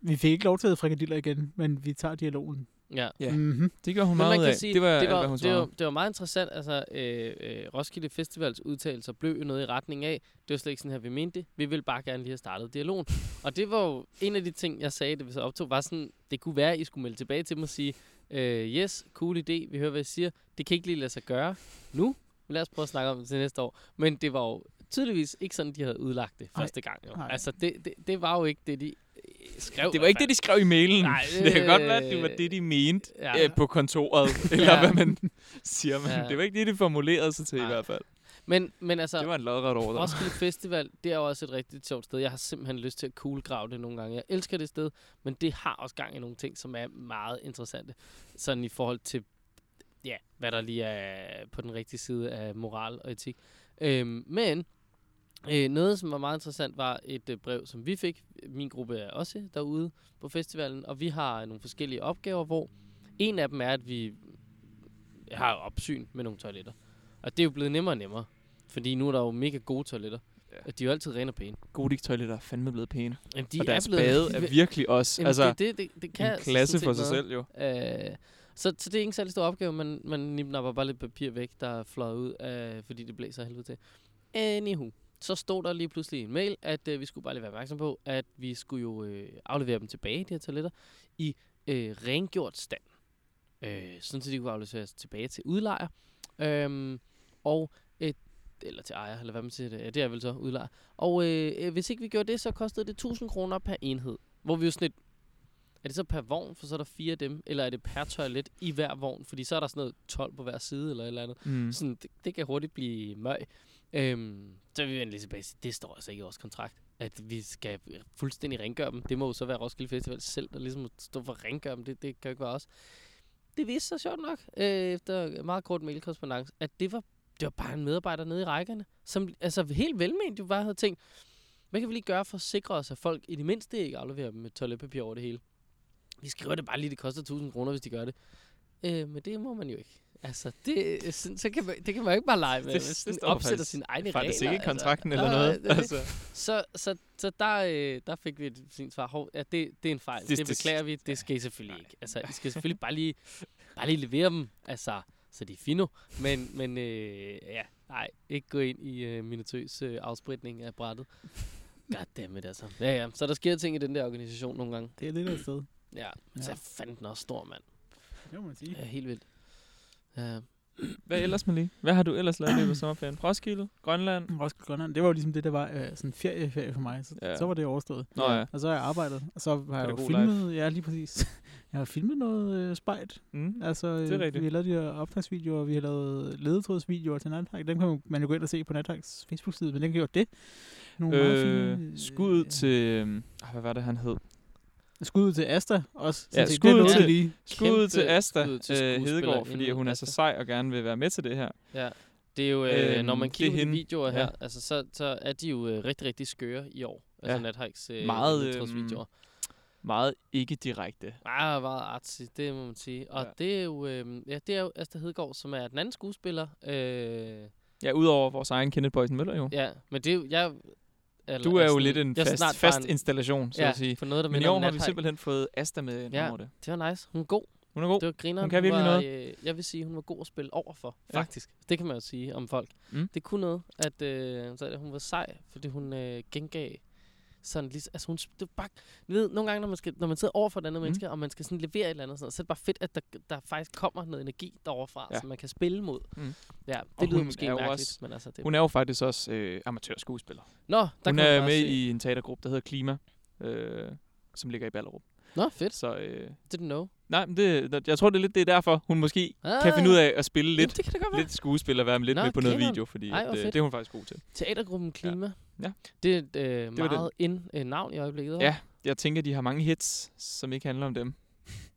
Vi fik ikke lov til at hedde frikadiller igen, men vi tager dialogen.
Ja.
Ja.
Mm-hmm.
Det gjorde hun
Men man
meget
kan
af.
sige,
det var,
det,
hvad
var,
hun
det, var,
svarede.
det var meget interessant. Altså, øh, øh, Roskilde Festivals udtalelser blev jo noget i retning af, det var slet ikke sådan her, vi mente det. Vi ville bare gerne lige have startet dialogen. Og det var jo en af de ting, jeg sagde, det vi så optog, var sådan, det kunne være, at I skulle melde tilbage til mig og sige, øh, yes, cool idé, vi hører, hvad I siger. Det kan ikke lige lade sig gøre nu, men lad os prøve at snakke om det til næste år. Men det var jo tydeligvis ikke sådan, de havde udlagt det
Nej.
første gang. Jo.
Nej.
Altså, det, det, det var jo ikke det, de øh, skrev.
Det var ikke det, de skrev i mailen.
Nej,
det kan godt være, at det var
øh,
det, de mente
ja.
ja. øh, på kontoret. Eller hvad man siger. Men
Ja.
det var ikke det, de formulerede sig til i
Nej.
hvert fald.
Men, men altså,
Det var en lodret ordre.
Roskilde Festival, det er jo også et rigtig sjovt sted. Jeg har simpelthen lyst til at kuglegrave det nogle gange. Jeg elsker det sted, men det har også gang i nogle ting, som er meget interessante. Sådan i forhold til, ja, hvad der lige er på den rigtige side af moral og etik. Øhm, men øh, noget, som var meget interessant, var et øh, brev, som vi fik. Min gruppe er også derude på festivalen, og vi har nogle forskellige opgaver, hvor en af dem er, at vi har opsyn med nogle toiletter. Og det er jo blevet nemmere og nemmere. Fordi nu er der jo mega gode toiletter.
Ja.
Ja. De er jo altid rene og pæne.
Godik-toiletter er fandme blevet pæne.
Jamen,
De og deres bade er virkelig også
Jamen,
altså,
altså, det, det, det, det kan
en klasse
sådan set
for sig
noget.
selv jo.
Øh, så, så det er ikke en særlig stor opgave, man, man nipnapper bare lidt papir væk, der er fløjet ud, øh, fordi det blæser af helvede til. Anywho, så stod der lige pludselig i en mail, at øh, vi skulle bare lige være opmærksom på, at vi skulle jo øh, aflevere dem tilbage, de her toiletter, i øh, rengjort stand. Øh, sådan, så de kunne afleveres tilbage til udlejer. Øhm, og øh, eller til ejer, eller hvad man siger det. Ja, det er vel så udlejer. Og øh, øh, hvis ikke vi gjorde det, så kostede det 1000 kroner per enhed. Hvor vi jo sådan lidt, er det så per vogn, for så er der fire af dem, eller er det per toilet i hver vogn? Fordi så er der sådan noget 12 på hver side, eller et eller andet.
Mm.
Mm. Sådan, det, det kan hurtigt blive møg. Øhm, så vil vi lige tilbage og sige, det står altså ikke i vores kontrakt, at vi skal fuldstændig rengøre dem. Det må jo så være Roskilde Festival selv, der ligesom må stå for at rengøre dem. Det, det kan jo ikke være os. Det viste sig sjovt nok, øh, efter meget kort mailkorrespondance, at det var, det var bare en medarbejder nede i rækkerne, som altså helt velment jo bare havde tænkt, hvad kan vi lige gøre for at sikre os, at folk i det mindste ikke afleverer dem med toiletpapir over det hele? Vi skriver det bare lige, det koster 1000 kroner, hvis de gør det. Øh, men det må man jo ikke. Altså, det, øh, sådan, så kan man, det kan man jo ikke bare lege med.
Det-
Det,
det
sådan,
står der
opsætter
faktisk-
sine egne regler.
Faktisk ikke i kontrakten
altså.
eller
Nej, nej,
noget.
det er det.
altså,
Så, så, så der, øh, der fik vi et fint svar. Hov, ja, det, det er en fejl.
Det-
Det, det
det-
beklager vi. Det skal I selvfølgelig ikke. Altså, I skal selvfølgelig bare lige, bare lige levere dem, altså, så de er fino. Men, men øh, ja, nej, ikke gå ind i øh, minutøs øh, afspritning af brættet. Goddammit, altså. Ja, ja. Så der sker ting i den der organisation nogle gange.
Det er lidt af et sted.
Ja,
Ja.
ja. så fandt den også stor, mand.
Det må man sige.
Ja, helt vildt. Ja.
hvad ellers, Malie? Hvad har du ellers lavet i løbet af sommerferien? Roskilde? Grønland?
Øh, Roskilde Grønland, det var jo ligesom det, der var øh, sådan ferie, ferie for mig. Så,
Ja.
ja. så var det overstået.
Nå ja.
Og så har jeg arbejdet, og så har jeg jo
Pædagog
filmet, ja lige præcis. Jeg har filmet noget øh, spejt.
Mm.
Altså, øh,
Det er rigtigt.
vi har lavet de her optagsvideoer, vi har lavet ledetrådsvideoer til Nathak. Dem kan man- man jo gå ind og se på Nathaks Facebook-side, men den gjorde det. Nogle meget fine,
Øh, skud til... Øh, hvad var det, han hed?
Skud til Asta også.
Ja,
sådan set.
skud
det er noget,
til-
vi lige.
Skud til Asta
skud til
øh, Hedegaard,
skuespillerinden
fordi hun er så
Asta.
sej og gerne vil være med til det her.
Ja, det er jo, øh,
Øhm,
når man
det er
kigger på de
hende.
videoer her,
Ja.
ja. altså, så, så er de jo øh, rigtig, rigtig skøre i år. Altså
Ja.
ja. Nathikes øh,
Meget, øhm,
meget, videoer.
Meget ikke direkte.
Ah, meget artsy, det må man sige. Og
Ja.
ja. det er jo, øh, ja, det er jo Asta Hedegaard, som er den anden skuespiller. Øh,
Ja, udover vores egen Kenneth Boysen Møller jo.
ja, men det er jo, jeg... Eller,
Du er jo
sådan-
lidt en
jeg er
fast,
snart bare
fast
en-
installation, så
ja,
at sige.
for noget, der
Men i
minder
år
om
har vi
Nathike.
simpelthen fået Asta med ind
Ja.
over det.
Det var nice. Hun er god.
Hun er god.
Det var grineren.
Hun kan virkelig
var, Øh, jeg vil sige, hun var god at spille over for,
Ja.
ja. faktisk. Det kan man jo sige om folk.
Mm.
Mm. Det kunne noget, at øh, så, at hun var sej, fordi hun øh, gengav sådan lige, altså hun, sp- det var bare, du ved, nogle gange, når man, skal, når man sidder over for et andet
Mm.
mm. menneske, og man skal sådan levere et eller andet, sådan, noget, så er det bare fedt, at der, der faktisk kommer noget energi deroverfra,
Ja.
ja. som man kan spille mod.
Mm.
Mm. Ja,
Og
det lyder
hun er
måske
jo
mærkeligt,
også-
også, men altså det...
Hun er jo faktisk også øh, amatørskuespiller.
Nå, der kan
Hun
man
er
bare
med
se.
i en teatergruppe, der hedder Klima, øh, som ligger i Ballerup.
Nå, fedt.
Så øh,
Didn't know.
nej, men det, jeg tror, det er lidt det er derfor, hun måske ah, kan finde ud af at spille
Jamen,
lidt,
det kan det godt være.
lidt skuespil og være lidt
Nå,
med på noget
grineren.
video, fordi
Ej,
at,
hvor
øh,
fedt.
det er hun faktisk god til.
Teatergruppen Klima.
Ja.
Det er et øh,
var den.
meget ind øh, navn i øjeblikket. hva'?
Ja, jeg tænker, de har mange hits, som ikke handler om dem.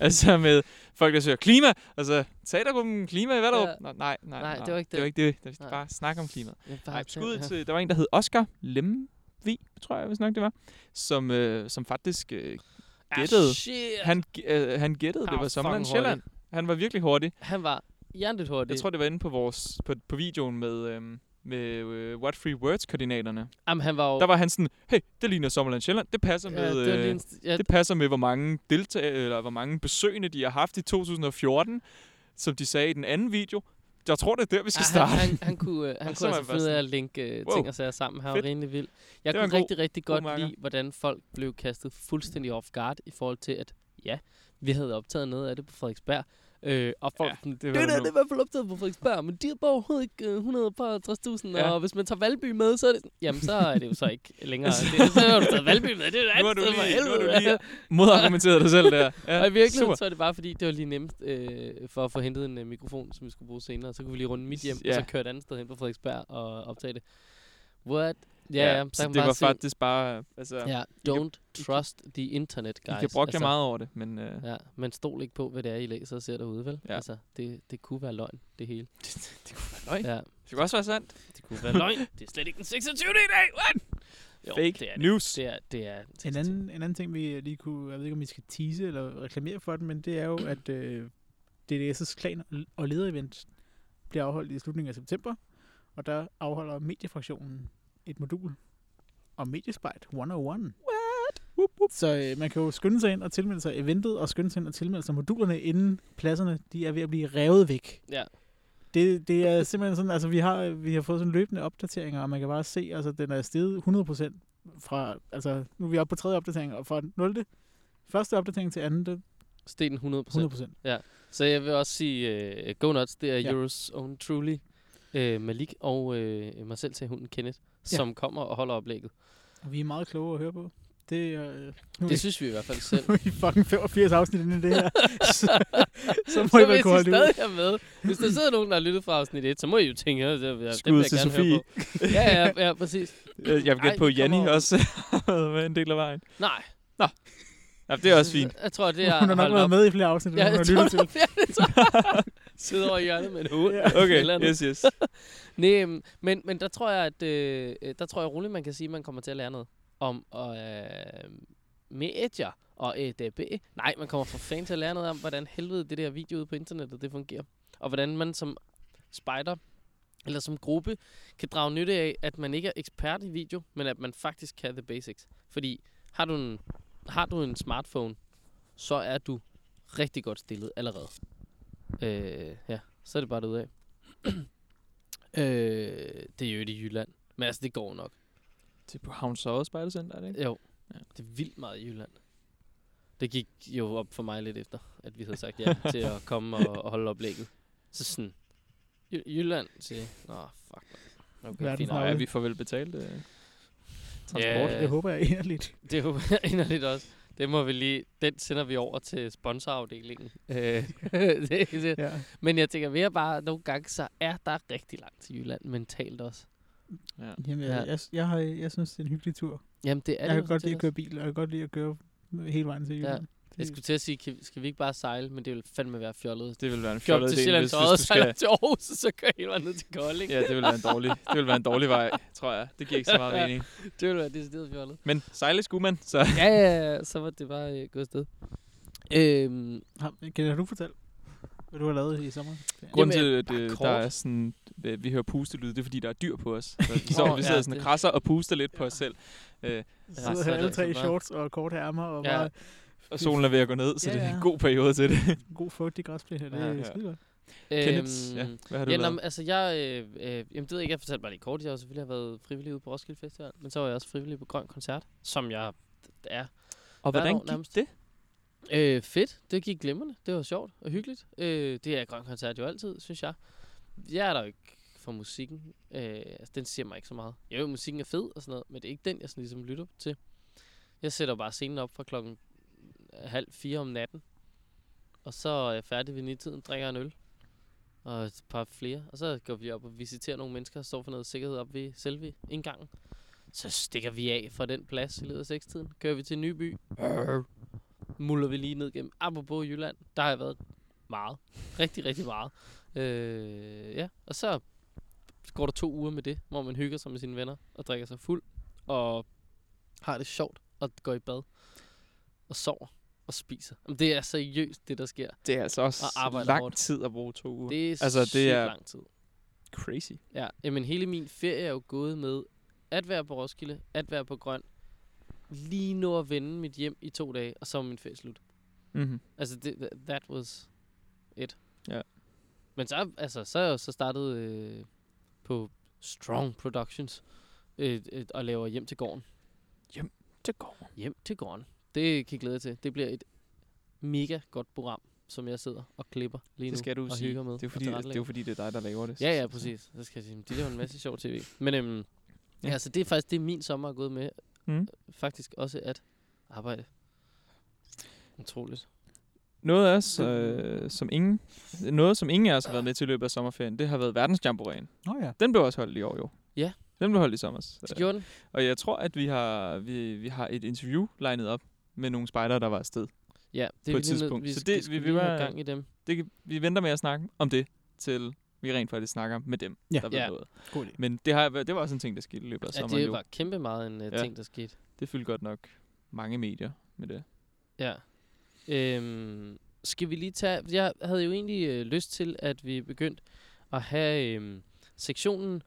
altså med folk, der søger klima, altså teatergruppen klima i hvert
Ja.
år. Nej, nej, nej,
Nej, det var ikke
Det var
det.
ikke det. Det var
Nej.
bare snak om klima.
Jeg har
Nej,
tænkt-
skud
ja.
til, der var en, der hed Oscar Lemvi, tror jeg, hvis nok det var, som, øh, som faktisk, øh,
Ah,
gættede.
shit.
han, gæ- øh, han gættede,
Han
det
var
var Sommerland
fucking hurtig.
Sjælland. Han var virkelig hurtig.
Han var hjernet hurtig.
Jeg tror, det var inde på vores på, på videoen med, øhm, med øh, What Free Words-koordinaterne.
Jamen, han var jo...
Der var han sådan, hey, det ligner Sommerland Sjælland. Det passer,
ja,
med,
det var
øh,
lige en, st- ja,
det passer med, hvor mange deltag eller hvor mange besøgende de har haft i 2014, som de sagde i den anden video. Jeg tror, det er der, vi skal
ah,
starte.
Han, han, han kunne, øh, han
Så
kunne
var jeg
altså
bare
finde ud af at linke øh,
wow,
ting og sager sammen. Han var
fedt.
rimelig vild. Jeg
Det var
kunne
en god-
rigtig, rigtig
god
godt
marker.
lide, hvordan folk blev kastet fuldstændig off guard i forhold til, at ja, vi havde optaget noget af det på Frederiksberg. Øh, og folk
Ja,
ja, sådan, det,
det var
det,
der
der, det
nu."
er i hvert fald optaget på Frederiksberg, men de er bare overhovedet ikke øh, 160.000,
Ja.
ja. og hvis man tager Valby med, så er det sådan, jamen så er det jo så ikke længere. det, så har du taget Valby med, det er jo et andet
Nu har du
sted for
lige, nu har
helvede.
du lige modargumenteret dig selv der. Ja,
og i virkeligheden,
super.
så er det bare fordi, det var lige nemt øh, for at få hentet en øh, mikrofon, som vi skulle bruge senere. Så kunne vi lige runde mit hjem,
Ja.
ja. og så køre et andet sted hen på Frederiksberg og optage det. What? Ja,
Ja,
ja,
så det var faktisk bare... Altså,
Ja, don't trust the internet,
I
guys. altså-
kan brokke jer meget over det, men øh,
Ja, men stol ikke på, hvad det er, I læser og ser derude, vel?
Ja.
Altså, det, det kunne være løgn, det hele.
det kunne være løgn.
Ja,
Det kunne også være sandt.
det kunne være løgn. Det er slet ikke den 26. i dag, what? Jo,
Fake
det er det.
news.
Det er, det er
En anden, en anden ting, vi øh, lige kunne, jeg ved ikke, om vi skal tease eller reklamere for den, men det er jo, at øh, DDS' klan og lederevent bliver afholdt i slutningen af september, og der afholder mediefraktionen et modul om mediespejt 101. What?
Whoop, whoop.
Så øh, man kan jo skynde sig ind og tilmelde sig eventet, og skynde sig ind og tilmelde sig modulerne, inden pladserne de er ved at blive revet væk.
Ja.
Det, det er simpelthen sådan, altså vi har, vi har fået sådan løbende opdateringer, og man kan bare se, altså den er steget 100% fra, altså nu er vi oppe på tredje opdatering, og fra 0. første opdatering til anden, det
Sten 100%.
er 100%.
Så jeg vil også sige, uh, go nuts, det er
Ja.
ja. Euros own truly. Uh, Malik og uh, mig selv til hunden Kenneth,
Ja.
ja. som kommer og holder oplægget.
Og vi er meget kloge at høre på. Det, øh, nu, er
Det
vi,
synes vi i hvert fald selv.
nu er vi fucking 85 afsnit inde i det her, så, så må
så
I vel
hvis
kunne
I
holde det ud.
stadig er med, hvis der sidder nogen, der har lyttet fra afsnit 1, så må I jo tænke, at det, det, det
Skud
vil jeg
til
gerne
Sofie.
høre på. Ja, ja, ja, præcis.
Øh, Jeg vil gætte
Ej,
på, at
kom
Janni
over.
også var en del af vejen.
Nej.
Ja, det er også fint.
Jeg tror, det er
Hun har nok været med i flere afsnit, end
Ja,
hun
jeg
har
tror,
lyttet
du
til.
har fjernet det. Sidder over i hjørnet med en hund.
Ja.
Okay,
Eller andet.
yes, yes.
Nej, øhm, men, men der tror jeg, at øh, øh, der tror jeg roligt, man kan sige, at man kommer til at lære noget om og, øh, medier og EDB. Nej, man kommer for fanden til at lære noget om, hvordan helvede det der video ude på internettet, det fungerer. Og hvordan man som spider eller som gruppe kan drage nytte af, at man ikke er ekspert i video, men at man faktisk kan the basics. Fordi har du en, har du en smartphone, så er du rigtig godt stillet allerede. Øh, ja, så er det bare det ud af. Øh, det er jo ikke i Jylland. Men altså, det går nok.
Det er på Havn Sørre Spejdercenter, er det ikke?
Jo.
Ja.
Ja. Det er vildt meget i Jylland. Det gik jo op for mig lidt efter, at vi havde sagt ja til at komme og, og holde oplægget. Så sådan, Jy- Jylland siger, jeg, nå, fuck. man." Okay,
Verdens
fint.
Nå, ja,
Havle.
vi får vel betalt øh, transport.
Ja.
Det håber jeg inderligt.
Det er jo inderligt også. Det må vi lige, den sender vi over til sponsorafdelingen. Øh, det, det.
Ja.
Men jeg tænker mere bare, at nogle gange, så er der rigtig langt til Jylland mentalt også.
Ja.
Jamen,
Ja.
jeg, jeg, jeg, har, jeg synes, det er en hyggelig tur.
Jamen, det er
jeg
det
kan
jo
godt
sådan
lide
set
at køre bil, og jeg kan godt lide at køre hele vejen til Jylland. Ja.
Jeg skulle til at sige, kan- skal vi ikke bare sejle, men det vil fandme være fjollet.
Det vil være en
Kører op
fjollet
til
idé,
Sjælland,
hvis,
så
hvis du
også
skal...
skal... til Aarhus, og så kører hele vejen ned til Kolding.
Ja, det vil være en dårlig, det vil være en dårlig vej, tror jeg. Det giver ikke så meget
Ja.
mening.
Det ville være decideret fjollet.
Men sejle skulle man, så...
ja, ja, ja, så var det bare øh, gået sted. Øhm,
Har, kan har du fortælle, hvad du har lavet i sommer?
Grunden
Jamen,
til,
bare
at øh,
kort.
der er sådan, øh, vi hører pustelyd, det er fordi, der er dyr på os. Så vi,
Nå,
så, vi sidder
ja,
sådan og
det-
krasser og puster lidt på os selv. Øh,
Så
så
sidder
er
her
det
alle tre i
altså bare-
shorts og korte ærmer og
Ja.
bare
og solen er ved at gå ned, så
Ja,
det er en
ja.
god periode til det.
Øhm,
god fugt i græsplæne. Det er
Ja,
ja,
ja.
skide godt.
Kenneth, ja, hvad har
øhm,
du
ja, nå,
lavet?
men altså jeg, øh, øh, jamen det ved jeg ikke, jeg fortalte bare lige kort, jeg har jo selvfølgelig været frivillig ude på Roskilde Festival, men så var jeg også frivillig på Grøn Koncert, som jeg er
Og
Hvert
hvordan
år
gik
nærmest.
det?
Øh, fedt. Det gik glimrende. Det var sjovt og hyggeligt. Øh, det er Grøn Koncert jo altid, synes jeg. Jeg er der jo ikke for musikken. Øh, altså, den siger mig ikke så meget. Jo, musikken er fed og sådan noget, men det er ikke den, jeg sådan ligesom lytter til. Jeg sætter bare scenen op fra klokken halv fire om natten. Og så er jeg færdig ved nitiden, drikker en øl. Og et par flere. Og så går vi op og visiterer nogle mennesker, står for noget sikkerhed op ved selve indgangen. Så stikker vi af fra den plads i løbet af sekstiden. Kører vi til Nyby. Øh muller vi lige ned gennem. Apropos Jylland, der har jeg været meget. Rigtig, rigtig meget. Øh, ja, og så går der to uger med det, hvor man hygger sig med sine venner og drikker sig fuld og har det sjovt og går i bad og sover og spiser. Jamen, det er seriøst, det der sker.
Det er altså også
Og arbejder
lang
hårdt.
tid at bruge to uger.
Det er
Altså, det
sygt
er-
lang tid.
Crazy.
Ja, jamen hele min ferie er jo gået med at være på Roskilde, at være på Grøn, lige nå at vende mit hjem i to dage, og så er min ferie slut.
Mm-hmm.
Altså, det, that was it.
Ja.
Men så, altså, så er jeg jo så startet øh, på Strong Productions øh, øh, og laver Hjem til Gården.
Det går.
Hjem til Gården. Det kan jeg glæde jer til. Det bliver et mega godt program, som jeg sidder og klipper lige nu.
Det skal du
og
sige.
hygger med.
Det er,
og
fordi, det, det er
tilrettelægger.
jo fordi, det er dig, der laver det.
Ja, ja, præcis. Det skal jeg sige. De laver en masse sjov tv. Men øhm, ja.
Ja.
altså, det er faktisk det, min sommer er gået med. øh,
Mm.
Faktisk også at arbejde. Utroligt.
Noget af os, øh, som ingen, noget, som ingen af os har været med til i løbet af sommerferien, det har været verdensjamboræen.
Nå ja.
Den blev også holdt i år, jo.
Ja.
Den blev holdt i sommer.
Det gjorde den.
Og jeg tror, at vi har, vi, vi har et interview legnet op med nogle spejdere, der var afsted.
Ja, det er
På
vi lige
et
nødt-
tidspunkt.
Vi,
Så
skal,
det-
skal
vi
vi, lige
vil
have
være-
gang i dem.
Det, kan- vi venter med at snakke om det, til vi rent faktisk snakker med dem,
Ja.
der ved
Ja.
noget.
God idé.
Men det, har, været- det var også en ting, der skete i løbet af
Ja,
sommeren.
det
jo.
var kæmpe meget en uh,
Ja.
ja. ting, der skete.
det fyldte godt nok mange medier med det.
Ja. Øhm, skal vi lige tage... Jeg havde jo egentlig øh, lyst til, at vi begyndte at have øhm, sektionen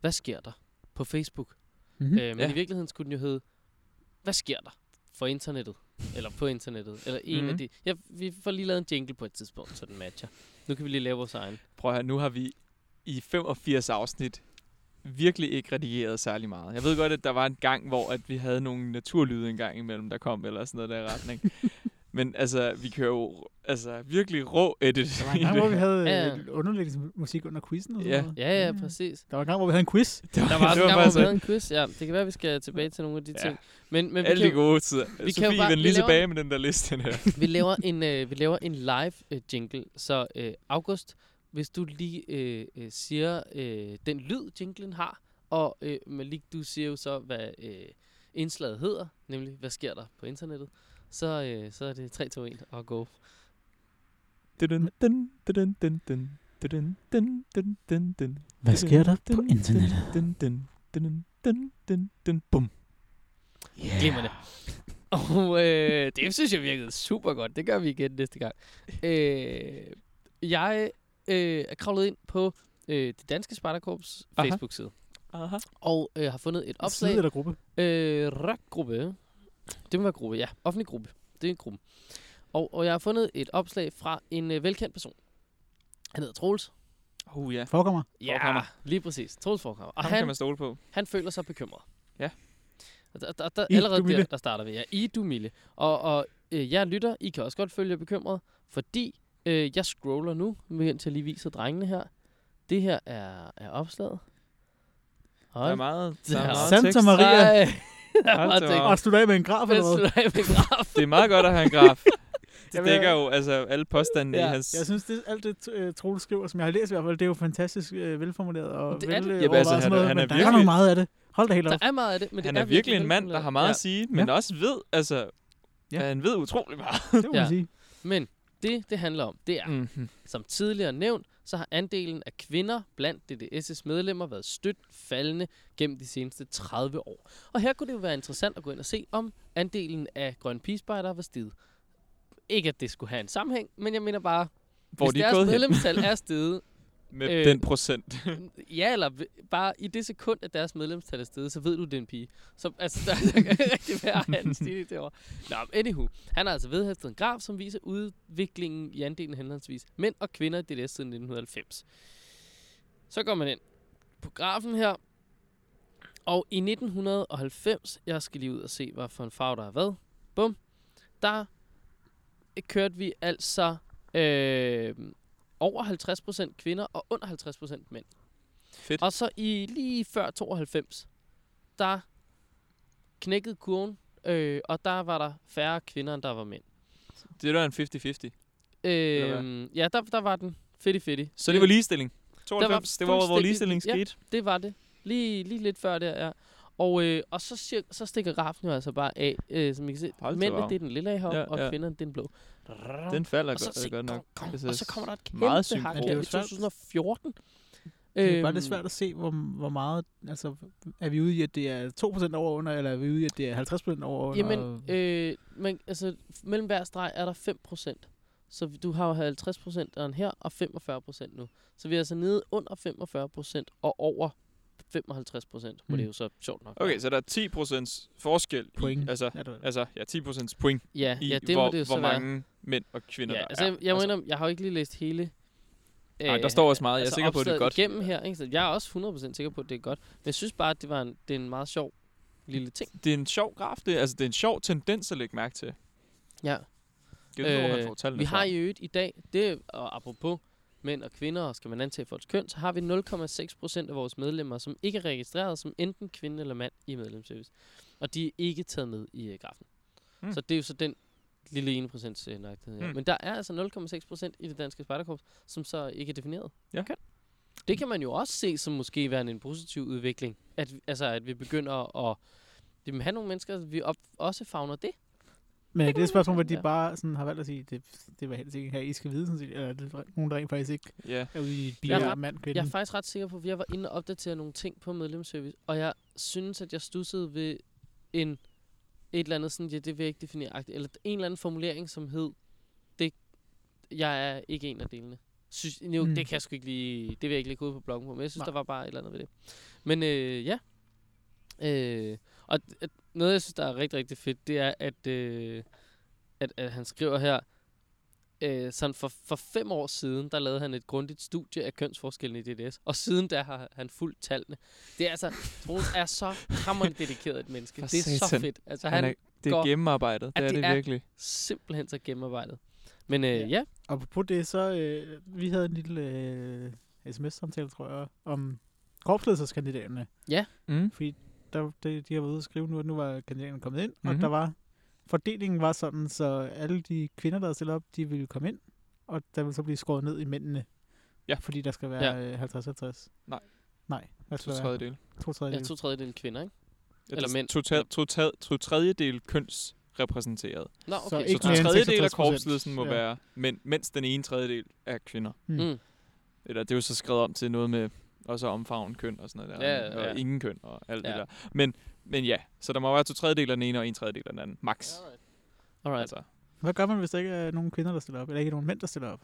Hvad sker der? på Facebook.
Mm-hmm.
Øh, men
Mm. Ja.
ja. i virkeligheden skulle den jo hedde, hvad sker der for internettet? Eller på internettet? Eller en mm.
Mhm.
af de... Ja, vi får lige lavet en jingle på et tidspunkt, så den matcher. Nu kan vi lige lave vores egen.
Prøv at høre, nu har vi i 85 afsnit virkelig ikke redigeret særlig meget. Jeg ved godt, at der var en gang, hvor at vi havde nogle naturlyde en gang imellem, der kom eller sådan noget der i retning. Men altså, vi kører jo altså, virkelig rå edit.
Der var en gang, hvor vi havde
Ja, ja.
ja. underlægningsmusik under quizzen og sådan
Ja.
noget.
Ja,
Mm.
ja, præcis.
Der var en gang, hvor vi havde en quiz.
Der var også en gang, hvor
faktisk
vi havde en quiz. Ja, det kan være, vi skal tilbage til nogle af de
Ja.
ja. ting. Men, men vi,
alle de
kan,
gode tider.
jo
Sofie,
bare-
vend
vi
lige
laver-
tilbage med den der liste her.
vi, laver en, øh, vi laver en live øh, jingle. Så øh, August, hvis du lige øh, øh, siger øh, den lyd, jinglen har, og øh, Malik, du siger jo så, hvad øh, indslaget hedder, nemlig, hvad sker der på internettet, så, øh, så er det 3, 2, 1 og go.
Dun, dun, dun, dun, dun, dun, dun, dun, dun, dun.
Hvad sker der
Dun, dun, dun, dun, dun, dun, dun, dun, bum.
Glimrende. Og øh, det synes jeg virkede super godt. Det gør vi igen næste gang. Øh, jeg øh, er kravlet ind på øh, det danske Spartakorps
Aha.
Facebook-side.
Aha.
Og øh, har fundet et opslag.
Side eller gruppe?
Øh, rockgruppe. Det må være gruppe, ja. Offentlig gruppe. Det er en gruppe. Og, og jeg har fundet et opslag fra en øh, velkendt person. Han hedder Troels.
Oh ja.
Forekommer?
Forkammer.
lige præcis. Troels Forkammer. Uh-huh. Og
Ham kan
han,
man stole på.
han føler sig bekymret.
Ja.
Og Der, der, der,
I
allerede
Dumille.
der, der starter vi. Ja, I du Mille. Og, og øh, jeg lytter, I kan også godt følge jer bekymret, fordi øh, jeg scroller nu, mens jeg lige viser drengene her. Det her er, er opslaget.
Der er
Hold.
meget,
Ja.
der er meget
Santa
tekst.
Maria.
Ej, der er
Hold
meget
da
tekst.
op.
Og slutter af med en graf eller hvad?
Festival med graf.
Det er meget godt at have en graf. Det
Jamen,
dækker jo altså alle påstandene ja. i hans...
Jeg synes, det, alt det øh, Troels skriver, som jeg har læst i hvert fald, det er jo fantastisk øh, velformuleret og
Det er det.
vel, øh,
Jamen, altså, han
overvejet og sådan
er-
noget,
han er
men der er
virkelig-
nok meget af det. Hold da helt op.
Der er meget af det, men
han
det
er virkelig en mand, der
velformuleret.
har meget ja. at sige, men
Ja.
også ved, altså...
Ja.
Ja. Han ved utrolig meget.
Det må man
Ja.
sige.
Ja. Men det, det handler om, det er, mm.
Mm-hmm.
som tidligere nævnt, så har andelen af kvinder blandt DDS' medlemmer været stødt faldende gennem de seneste 30 år. Og her kunne det jo være interessant at gå ind og se, om andelen af grønne pigespejdere var steget. Ikke, at det skulle have en sammenhæng, men jeg mener bare,
Hvor
hvis
de er
deres
gået hen
medlemstal er steget,
med
øh,
den procent.
ja, eller v- bare i det sekund, at deres medlemstal er steget, så ved du, det er en pige. Så altså, der, der kan rigtig være at have en stigning derovre. Nå, men anywho. Han har altså vedhæftet en graf, som viser udviklingen i andelen af henholdsvis mænd og kvinder i DDS siden 1990. Så går man ind på grafen her. Og i 1990, jeg skal lige ud og se, hvad for en farve der er hvad. Bum. Der kørte vi altså øh, over 50% kvinder og under 50% mænd.
Fedt.
Og så i lige før 92, der knækkede kurven, øh, og der var der færre kvinder, end der var mænd.
Det var en 50-50. Eller
Øh, ja, der, der var den fedt fedt.
Så det var ligestilling. 92, det var, hvor
Øh, fuldstændig-
ligestilling
ja.
skete.
Det var det. Lige, lige lidt før der, ja. Og, øh, og så, cir- så stikker grafen jo altså bare af, øh, som I kan se.
Hold da
Mændene,
op.
det er den lille her,
Ja,
og
ja.
kvinderne, det er den blå.
Den falder
og så,
godt,
se,
godt nok.
gong,
Det
gong, og så kommer der et kæmpe
meget
meget
synkron.
hak
Men det er
her
jo
i
svært.
2014.
Det er bare
Øhm,
lidt svært at se, hvor, hvor meget... Altså, er vi ude i, at det er 2% over og under, eller er vi ude i, at det er 50% over og under?
øh, Jamen, øh, men, altså, mellem hver streg er der 5%. Så vi- du har jo 50 procenteren her og 45 procent nu. Så vi er altså nede under 45 procent og over 55 procent, må
Mm.
det jo så sjovt nok.
Okay,
være.
så der er 10% forskel. I,
Point.
altså,
Ja, du,
altså, ja, 10% point
Ja,
i,
ja det
hvor,
må det jo
hvor
så være.
mange mænd og kvinder
Ja,
der
altså,
er.
jeg, jeg, må indrømme, jeg har jo ikke lige læst hele
Nej,
øh,
der står også meget. Jeg er sikker på, at det er
opslaget
godt.
Igennem her, ikke? Så jeg er også 100% sikker på, at det er godt. Men jeg synes bare, at det, var en, det er en meget sjov lille ting.
det er en sjov graf, det, er- altså, det er en sjov tendens at lægge mærke til.
Ja.
Giv øh, hvor man
Øh,
får tallene
Vi
fra.
har i øvrigt i dag, det og apropos mænd og kvinder, og skal man antage folks køn, så har vi 0,6 procent af vores medlemmer, som ikke er registreret som enten kvinde eller mand i medlemsservice. Og de er ikke taget med i øh, grafen.
Mm.
Mm. Så det er jo så den lille 1 procents øh, nøjagtighed her.
Mm.
Mm. Men der er altså 0,6 procent i det danske spejderkorps, som så ikke er defineret.
Ja.
Køn. Det kan man jo også se som måske værende en positiv udvikling. At, vi- altså, at vi begynder at jamen, have nogle mennesker, vi op, også favner det.
Men
Det
det
kan
er
man
et spørgsmål, hvor
godt
de
være.
bare sådan har valgt at sige, det, det var helt sikkert her, I skal vide sådan set, eller det er nogen, der rent faktisk ikke
Ja.
er ude i et
Jeg er
bier,
ret-
mand, kvinde.
Jeg er faktisk ret sikker på, at jeg var inde og opdatere nogle ting på medlemsservice, og jeg synes, at jeg stussede ved en, et eller andet sådan, ja, det vil jeg ikke definere, eller en eller anden formulering, som hed, det, jeg er ikke en af delene. Synes, jo, mm.
Mm.
det kan jeg sgu ikke lige, det vil jeg ikke lægge ud på bloggen på, men jeg synes, Nej.
Nej.
der var bare et eller andet ved det. Men øh, ja, øh, og d- at noget, jeg synes, der er rigtig, rigtig fedt, det er, at, øh, at, at han skriver her, øh, sådan for, for fem år siden, der lavede han et grundigt studie af kønsforskellen i DDS, og siden da har han fuldt tallene. Det er altså, Troels er så hammerende dedikeret et menneske.
For
det er så
satan.
fedt. Altså, han,
Han
er
er, det er
går-
gennemarbejdet,
at
det er
det
det
er-
virkelig.
simpelthen så gennemarbejdet. Men øh,
Ja.
ja. ja,
Apropos det, så øh, vi havde en lille øh, sms-samtale, tror jeg, om korpsledelseskandidaterne.
Mm.
Fordi der, det, de har været ude og skrive nu, at nu var kandidaterne kommet ind, mm-hmm.
Mhm.
og der var, fordelingen var sådan, så alle de kvinder, der er stillet op, de ville komme ind, og der ville så blive skåret ned i mændene.
Ja.
Fordi der skal være ja. 50-50.
Nej.
Nej, hvad skal
To
der være?
tredjedel.
To tredjedele.
to tredjedel kvinder, ikke?
Ja,
Eller
der-
mænd.
To, ta- to, ta- to tredjedel kønsrepræsenteret.
Nå,
Så
okay.
Så
Ikke
to
mere end
tredjedel af
66%.
korpsledelsen må
Ja.
være mænd, mens den ene tredjedel er kvinder.
Hmm.
Mm.
Eller det er jo så skrevet om til noget med også at omfavne køn og sådan noget der.
Ja, ja,
og
ja.
ingen køn og alt
Ja.
det der. Men, men ja, så der må være to tredjedel af den ene og en tredjedel af den anden. Max.
Alright.
Altså,
Hvad gør man, hvis der ikke er nogen kvinder, der stiller op? Eller ikke er nogen mænd, der stiller op?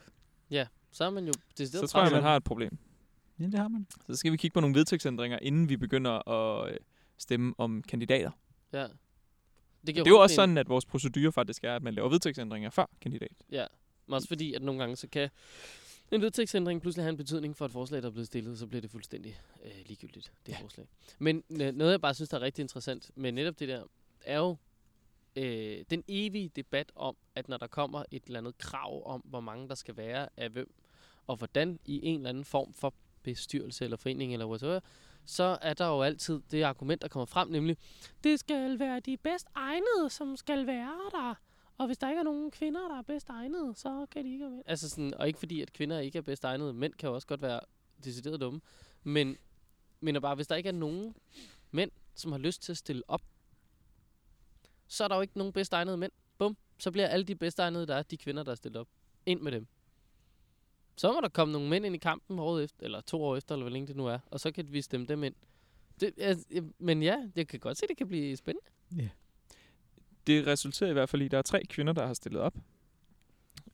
Så er man jo
så
decideret
tror jeg,
presset.
man har et problem.
Ja, det har man.
Så skal vi kigge på nogle vedtægtsændringer, inden vi begynder at øh, stemme om kandidater.
Ja. Det,
Det er jo også sådan, at vores procedure faktisk er, at man laver vedtægtsændringer før kandidat.
Ja, men også fordi, at nogle gange så kan en vedtægtsændring pludselig have en betydning for et forslag, der er blevet stillet, så bliver det fuldstændig øh, ligegyldigt, det ja. forslag. Men øh, noget, jeg bare synes, der er rigtig interessant med netop det der, er jo øh, den evige debat om, at når der kommer et eller andet krav om, hvor mange der skal være af hvem, og hvordan i en eller anden form for bestyrelse eller forening eller whatever, så er der jo altid det argument, der kommer frem, nemlig, det skal være de bedst egnede, som skal være der. Og hvis der ikke er nogen kvinder, der er bedst egnede, så kan de ikke være med. Altså sådan, og ikke fordi, at kvinder ikke er bedst egnede. Mænd kan jo også godt være decideret dumme. Men, men er bare, hvis der ikke er nogen mænd, som har lyst til at stille op, så er der jo ikke nogen bedst egnede mænd. Bum. Så bliver alle de bedst egnede, der er, de kvinder, der er stillet op. Ind med dem. Så må der komme nogle mænd ind i kampen året efter, eller to år efter, eller hvor længe det nu er. Og så kan vi stemme dem ind. Det, altså, eh, men ja, jeg kan godt se, det kan blive spændende.
Det resulterer i hvert fald i, at der er tre kvinder, der har stillet op.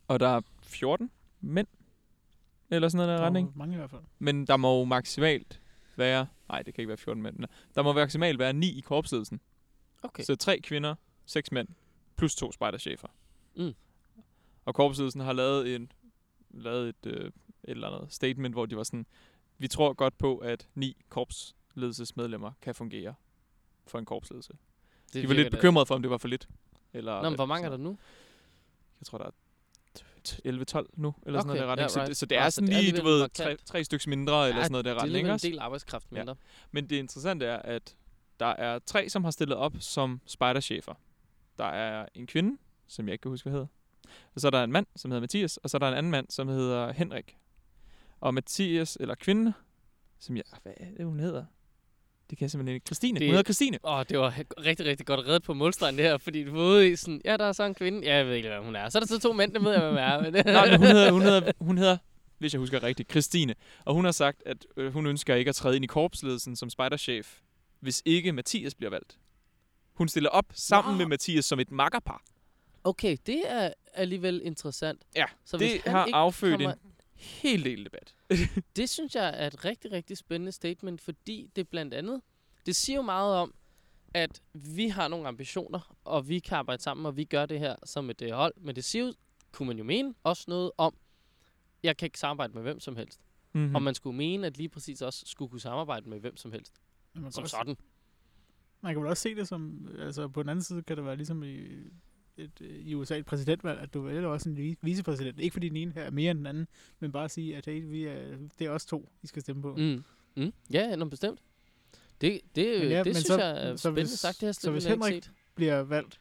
Og der er 14 mænd. Eller sådan noget
Der
der
er
retning.
jo mange i hvert fald.
Men der må jo maksimalt være... Nej, det kan ikke være 14 mænd. men Der må maksimalt være 9 i korpsledelsen.
Okay.
Så tre kvinder, seks mænd, plus to spejderchefer.
Mm.
Og korpsledelsen har lavet, en, lavet et, øh, et eller andet statement, hvor de var sådan, vi tror godt på, at ni korpsledelsesmedlemmer kan fungere for en korpsledelse.
Det
de var
virker
lidt
da-
bekymrede for, om det var for lidt. Eller,
Nå, men hvor mange er der nu?
Jeg tror, der er t- t- 11-12 nu, eller sådan noget
Okay,
der retning.
ja,
så, det,
right.
så det er
Nå, så
sådan
det er
lige, du
alligevel
ved, tre,
markant.
tre stykker mindre, eller
Ja,
sådan noget der
Det er
retning.
alligevel
ikke
en
også?
del arbejdskraft
Ja.
mindre.
Men det interessante er, at der er tre, som har stillet op som spejderchefer. Der er en kvinde, som jeg ikke kan huske, hvad hedder. Og så er der en mand, som hedder Mathias, og så er der en anden mand, som hedder Henrik. Og Mathias, eller kvinden, som jeg... Hvad er det, hun hedder? Det kan jeg simpelthen ikke. Christine. Det...
Det-
Hun hedder Christine.
Åh, oh, det var he- rigtig, rigtig godt reddet på målstregen det her, fordi du var ude i sådan, ja, der er så en kvinde, ja, jeg ved ikke, hvad hun er. Så er der så to mænd, der ved jeg, hvem er. Men
Nej, men hun hedder, hun, hedder, hun hedder, hvis jeg husker rigtigt, Christine. Og hun har sagt, at øh, hun ønsker ikke at træde ind i korpsledelsen som spejderchef, hvis ikke Mathias bliver valgt. Hun stiller op sammen
Nå.
med Mathias som et makkerpar.
Okay, det er alligevel interessant.
Ja,
så hvis
det
han
har
ikke
affødt
kommer-
en hel del debat.
Det synes jeg er et rigtig, rigtig spændende statement, fordi det blandt andet, det siger jo meget om, at vi har nogle ambitioner, og vi kan arbejde sammen, og vi gør det her som et øh, hold. Men det siger jo, kunne man jo mene, også noget om, jeg kan ikke samarbejde med hvem som helst. Mm.
Mm-hmm.
Og man skulle mene, at lige præcis også skulle kunne samarbejde med hvem som helst.
Men Man kan,
Som
også,
sådan.
man kan vel også se det som, altså på den anden side kan det være ligesom i, et, øh, i USA et præsidentvalg, at du vælger også en vi- vicepræsident. Ikke fordi den ene her er mere end den anden, men bare at sige, at hey, vi er, det er os to, I skal stemme på.
Mm. Mm. Ja, ja, nå, bestemt. Det, det,
Men
øh,
ja,
det
men
synes
så-
jeg er
så
spændende
hvis-
sagt. Det har jeg
så hvis
slet ikke
Henrik-
set.
Bliver valgt,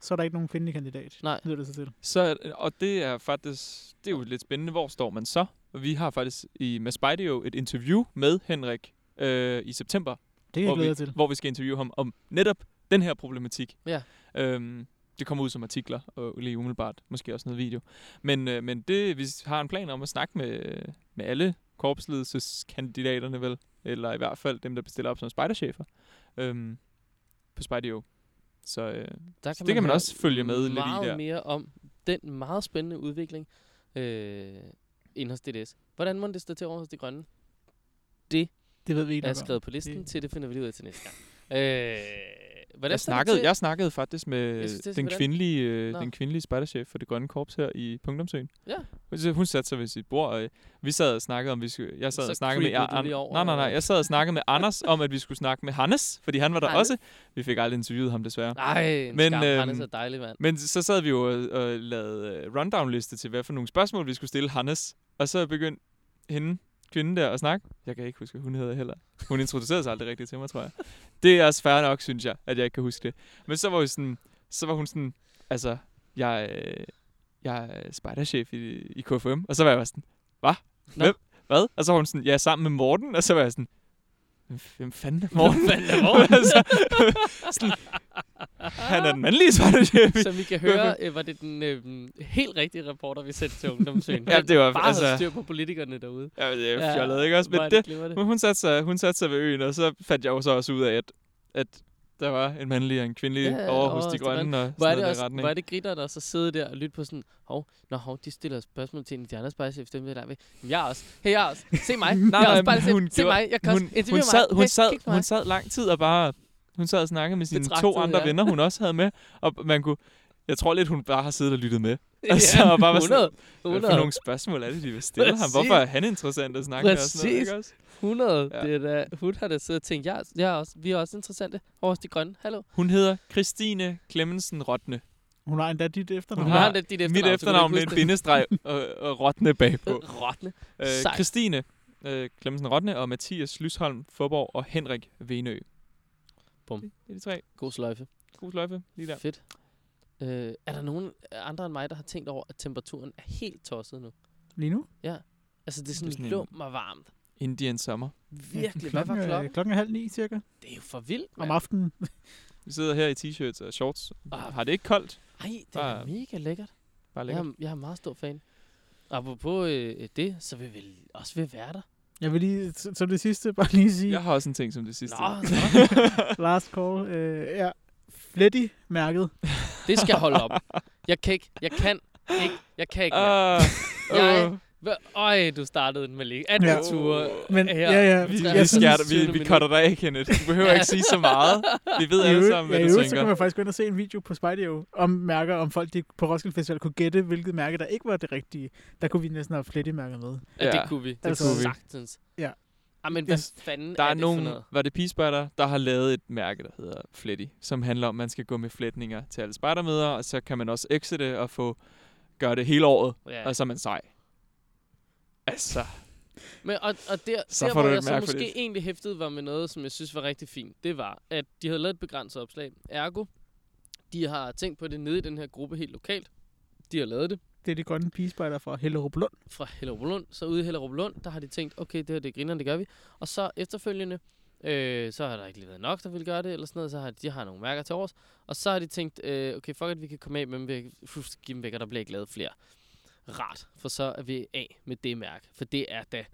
så er der ikke nogen kvindelig kandidat.
Nej.
Lyder det så til.
Så, og det er faktisk, det er jo lidt spændende, hvor står man så? Og Vi har faktisk i med Spideo et interview med Henrik øh, i september,
Det er jeg
hvor
glæder
vi,
til.
hvor vi skal interviewe ham om netop den her problematik.
Ja.
Øhm, det kommer ud som artikler, og lige umiddelbart måske også noget video. Men, øh, men det, vi har en plan om at snakke med, med alle korpsledelseskandidaterne vel, eller i hvert fald dem, der bestiller op som spejderchefer øhm, på Spideo. Så øh,
Der
det kan man
høre
også følge med lidt i
meget
der.
mere om den meget spændende udvikling øh, inde hos DDS. Hvordan må det stå til over hos de grønne?
Det ved vi ikke
Jeg har
nok om.
skrevet på listen
Det-
til, det finder vi lige ud af til næste gang. Øh, hvordan
jeg
står det
snakkede,
til?
jeg snakkede faktisk med
Jeg skulle til at sige,
den
hvordan-
kvindelige, øh,
Nå.
den kvindelige spejderchef for det grønne korps her i Punktumsøen.
Ja.
Hun, så- hun satte sig ved sit bord, og øh, vi sad og snakkede om, vi skulle, jeg sad
Så
og snakkede med,
creepede du
An-
lige over,
nej, nej, nej,
og-
jeg sad og snakkede med Anders om, at vi skulle snakke med Hannes, fordi han var der
Hannes?
også. Vi fik aldrig interviewet ham desværre.
Nej, en
Men,
men, skam. Hannes
øhm,
er dejlig, mand.
Men så sad vi jo og, og lavede øh, rundown-liste til, hvad for nogle spørgsmål, vi skulle stille Hannes. Og så begyndte hende, kvinden der, at snakke. Jeg kan ikke huske, hvad hun hedder heller. Hun introducerede sig aldrig rigtigt til mig, tror jeg. Det er også fair nok, synes jeg, at jeg ikke kan huske det. Men så var hun sådan, så var hun sådan altså, jeg, øh, jeg er spejderchef i, i KFM. Og så var jeg bare sådan, hvad?
Nå.
Hvem? Hvad? Og så var hun sådan, jeg er sammen med Morten. Og så var jeg sådan, hvem f- hvem fanden er Morten?
Hvem fanden er Morten?
altså, sådan, han er den mandlige spejderchef i
Som I kan høre, øh, var det den øh, helt rigtige reporter, vi sendte til Ungdomsøen.
Ja, det var-
bare altså...
altså-
havde styr på politikerne derude.
Ja, det er
Ja,
fjollet, ikke også?
Hvor er
Men det,
glimrende.
hun, hun, satte sig, hun satte sig ved øen, og så fandt jeg jo så også ud af, at, at der var en mandlig og en kvindelig
Ja,
ja,
ja,
over
over
hos de
hos de
grønne og
Hvor er,
sådan
det
noget i
også,
retning.
hvor er det griner der så sidde der og lytte på sådan, hov, nå hov, de stiller spørgsmål til en af de andre spejlchef, dem ved der ved. Jamen, jeg er også. Hey, jeg er også. Se mig. jeg
Nej,
er også
nej, men
spejlchef.
hun
Se
gjorde-
mig. Jeg kan
hun,
også interviewe
hun, sad,
mig.
hun,
hey,
sad,
kig på
hun
mig.
sad lang tid og bare... Hun sad og snakkede med sine to
Betragtede,
andre
ja.
venner, hun også havde med. Og man kunne... Jeg tror lidt, hun bare har siddet og lyttet med.
Ja,
og så bare var sådan,
100,
Hvad
100,
for nogle spørgsmål er det, de vil stille ham?
Præcis.
Hvorfor er han interessant at snakke med? Og sådan noget,
Præcis.
ikke også?
100.
Ja.
Det er da, hun har da siddet og tænkt, jeg, er- jeg er også, vi er også interessante over hos de grønne. Hallo.
Hun hedder Christine Clemmensen Rotne.
Hun har endda dit
Hun
efternavn.
har-
har lidt dit efternavn.
Mit
så kunne
efternavn
du
med
ikke
en bindestreg og, og Rotne bagpå.
huske det. Rottende.
Øh,
Sejt.
Christine øh, Clemmensen Rotne og Mathias Lysholm Forborg og Henrik Venø.
Bum.
Det er de tre.
God sløjfe.
God sløjfe lige der.
Fedt. Øh, er der nogen andre end mig, der har tænkt over, at temperaturen er helt tosset nu?
Lige nu?
Altså, det er
sådan
sådan
en-
lummer varmt.
Indian Sommer.
Virkelig. Hvad var
er-
klokken?
Klokken er halv ni cirka.
Det er jo for vildt,
Om
mand.
aftenen.
Vi sidder her i t-shirts og shorts.
Ah.
Har det ikke koldt?
Ej, det er
Bare-
mega lækkert.
Bare
Jeg
lækkert.
er, jeg er meget stor fan. Apropos øh, det, så vil vi også ved være der.
Jeg vil lige, s- som det sidste, bare lige sige,
Jeg har også en ting som det sidste.
Nå, nå,
last call, øh, er fletty-mærket.
det skal holde op. Jeg kan ikke, jeg kan ikke, jeg kan ikke. Uh,
Ah,
jeg, hva- øj, du startede den med lige. Anden
Ja.
tur.
Men
her.
ja, ja,
vi,
Jeg
vi,
synes-
skærter, vi, vi
minut.
cutter dig af, Kenneth. Du behøver
Ja.
ikke sige så meget. Vi ved
I
alle
øvrigt-
sammen,
ja, i
hvad du
øvrigt, så kan
tænker.
man faktisk gå ind og se en video på Spideo om mærker, om folk de på Roskilde Festival kunne gætte, hvilket mærke, der ikke var det rigtige. Der kunne vi næsten have fletty-mærker med.
Ja,
Ja,
det kunne vi. Det
altså-
kunne vi.
kunne vi.
Sagtens.
Ja.
Ah, men hvad
Yes.
fanden
Der
er,
er
det for
nogen,
noget?
var det pigespejder, der har lavet et mærke, der hedder Fletty, som handler om, at man skal gå med flætninger til alle spejdermøder, og så kan man også exitte og få gøre det hele året,
Ja.
ja. og så er man sej. Altså,
Men, og, og der,
Så
der
får
hvor
du
jeg
et
så
mærke for
måske
det.
egentlig hæftede var med noget, som jeg synes var rigtig fint, det var, at de havde lavet et begrænset opslag. Ergo, de har tænkt på det nede i den her gruppe helt lokalt. De har lavet det
Det er de grønne pigespejder fra Hellerup Lund.
fra Hellerup Lund. Så ude i Hellerup Lund, der har de tænkt, okay, det her det griner, det gør vi. Og så efterfølgende, øh, så har der ikke lige været nok, der vil gøre det, eller sådan noget. Så har de, de har nogle mærker til års. Og så har de tænkt, øh, okay, fuck it, vi kan komme af med dem, vi kan give dem væk, og der bliver ikke lavet flere. Rart, for så er vi af med det mærke. For det er da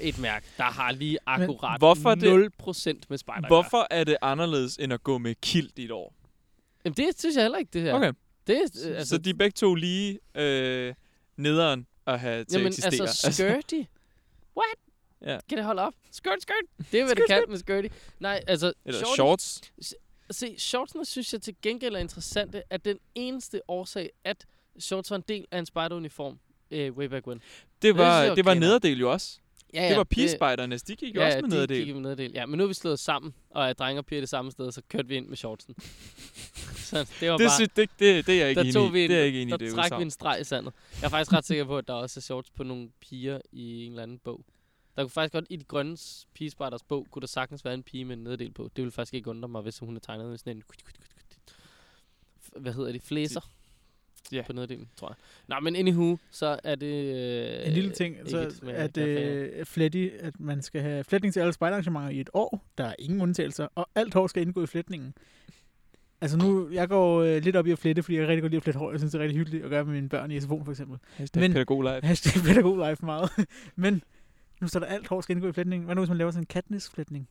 et mærke, der har lige akkurat
hvorfor det-
0% med spejder.
hvorfor er det anderledes, end at gå med kilt i et år?
Jamen, det synes jeg heller ikke, det her.
Okay,
Det er, øh,
Altså,
altså,
så de er begge to lige øh, nederen at have til
jamen,
at eksistere.
altså, skirty. What?
Ja.
Kan det holde op? Skirt, skirt. Det er, hvad det kan med skirty. Nej, altså,
Eller
shorty-
shorts.
Se, shortsene synes jeg til gengæld er interessante, at den eneste årsag, at shorts var en del af en spejderuniform øh, way back when.
Det var,
synes
det,
jeg
det var
okay, nej.
nederdel jo også.
Ja,
Ja, det var pigespejdernes. De gik jo
ja,
også med
de
nederdel.
gik i med nederdel. Ja, men nu er vi slået sammen, og er drenge og piger det samme sted, så kørte vi ind med shortsen. så det var
Det,
bare,
sy- det, det, det er jeg ikke
Der
enig
tog
i.
vi en-
det er jeg ikke enig i,
der
det er
trak vi
udsagn.
en streg i sandet. Jeg er faktisk ret sikker på, at der også er shorts på nogle piger i en eller anden bog. Der kunne faktisk godt, i de grønne pigespejders bog, kunne der sagtens være en pige med en nederdel på. Det ville faktisk ikke undre mig, hvis hun havde tegnet med sådan en... F- Hvad hedder det? Flæser?
Ja.
På nederdelen, tror jeg. Nej, men anywho, så er det... Øh,
En lille ting,
ikke et
så
smag,
at,
der er ferie.
øh, fletti, at man skal have flætning til alle spejderarrangementer i et år. Der er ingen undtagelser, og alt hår skal indgå i flætningen. Altså nu, jeg går øh, lidt op i at flette, fordi jeg rigtig godt lide at flette hår. Jeg synes, det er rigtig hyggeligt at gøre med mine børn i SFO'en for eksempel.
Hashtag
Men-
pædagogleje.
Hashtag pædagog life meget. Men nu står der alt hår skal indgå i flætningen. Hvad nu, hvis man laver sådan en Katniss-flætning?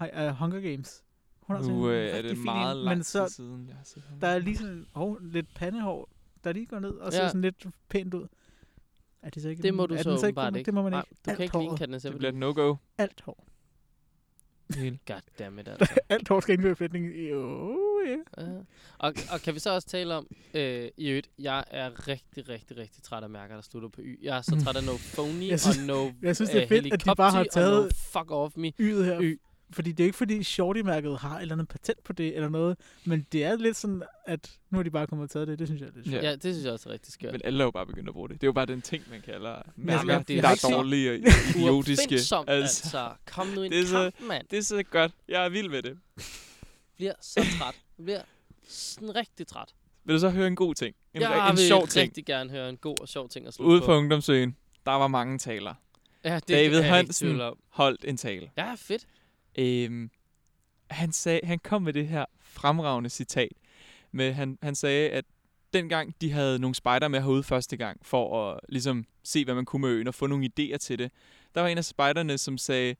Ej, uh, Hunger Games. Hun har
Uh,
Nu øh, er
rigtig
det
fin
meget
en,
lang tid
Men så,
siden, jeg har set ham.
der er lige sådan hov, lidt pandehår, der lige går ned og ser
Ja.
sådan lidt pænt ud. Er det så ikke
Det må du
er
så
den
åbenbart
god?
ikke.
Det må man
Nej,
ikke.
du kan
alt
ikke lide
håret.
Katniss
Det bliver
Everdeen.
et no-go.
Alt hår.
Goddammit, altså.
Alt hår skal indgå i flætningen. Oh, Jo, ja.
Ja. Og, og kan vi så også tale om, øh, i øvrigt, jeg er rigtig, rigtig, rigtig træt af mærker, der slutter på Y. Jeg er så træt af no phony
Jeg synes-
og no
jeg synes, det er fedt, at de bare har
helikopter og no
taget-
fuck off me.
Ydet her.
Y.
Fordi det er ikke, fordi Shorty-mærket har et eller andet patent på det eller noget. Men det er lidt sådan, at nu er de bare kommet og taget det. Det synes jeg er lidt sjovt.
Ja, det synes jeg også er rigtig skørt.
Men alle er jo bare begyndt at bruge det. Det er jo bare den ting, man kalder
jeg-
mærker,
jeg- jeg
der
har
er
ikke set-
dårlige og idiotiske.
Uopfindsomt, altså. altså. Kom nu ind
Det er
i
så-
kamp, mand.
Det er så godt. Jeg er vild med det.
Jeg bliver så træt. Jeg bliver sådan rigtig træt.
Vil du så høre en god ting? En,
jeg
ja, en
vil
sjov ting.
rigtig gerne høre en god og sjov ting at slutte
Ude på ungdomsøen, der var mange taler.
Ja, det
David
er jeg ikke i
Hansen.
tvivl om.
Holdt en tale.
Ja, fedt.
Øhm, han, sag, han kom med det her fremragende citat. Med, han, han sagde, at dengang de havde nogle spejder med herude første gang, for at ligesom se, hvad man kunne med øen, og få nogle idéer til det, der var en af spejderne, som sagde,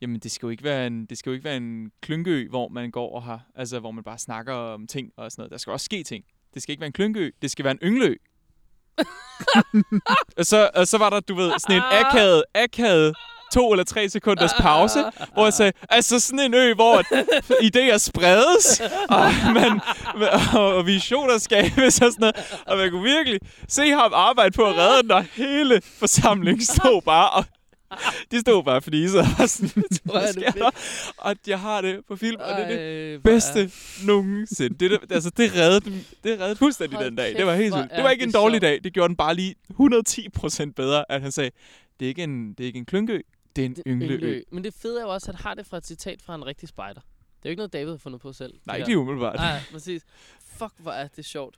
jamen det skal jo ikke være en, det skal jo ikke være en klynkeø, hvor man går og har, altså hvor man bare snakker om ting og sådan noget. Der skal også ske ting. Det skal ikke være en klynkeø, det skal være en yngleø. og, så, og så var der, du ved, sådan en akavet, akavet to eller tre sekunders pause, hvor jeg sagde, altså sådan en ø, hvor idéer spredes, og, man, og, og visioner skabes og sådan noget. Og man kunne virkelig se ham arbejde på at redde den, og hele forsamlingen stod bare og de stod bare og fnisede og var sådan,
Hvor er
hvad
det
sker der? Og jeg har det på film, og det er det
Ej, hvor er-
bedste nogensinde. Det, det, altså, det reddede, den, det reddede fuldstændig
Hold
den dag.
kæft,
Det var helt
hvor
vildt.
er
Det var ikke
det
en dårlig
sjovt.
dag. Det gjorde den bare lige 110 procent bedre, at han sagde, det er ikke en, det er ikke en klynkeø, det er en
Det-
yngleø.
Yngleø. Men det fede er jo også, at han har det fra et citat fra en rigtig spider. Det er jo ikke noget, David har fundet på selv.
Nej,
det
ikke
er
lige umiddelbart.
Nej, præcis. Fuck, hvor er det sjovt.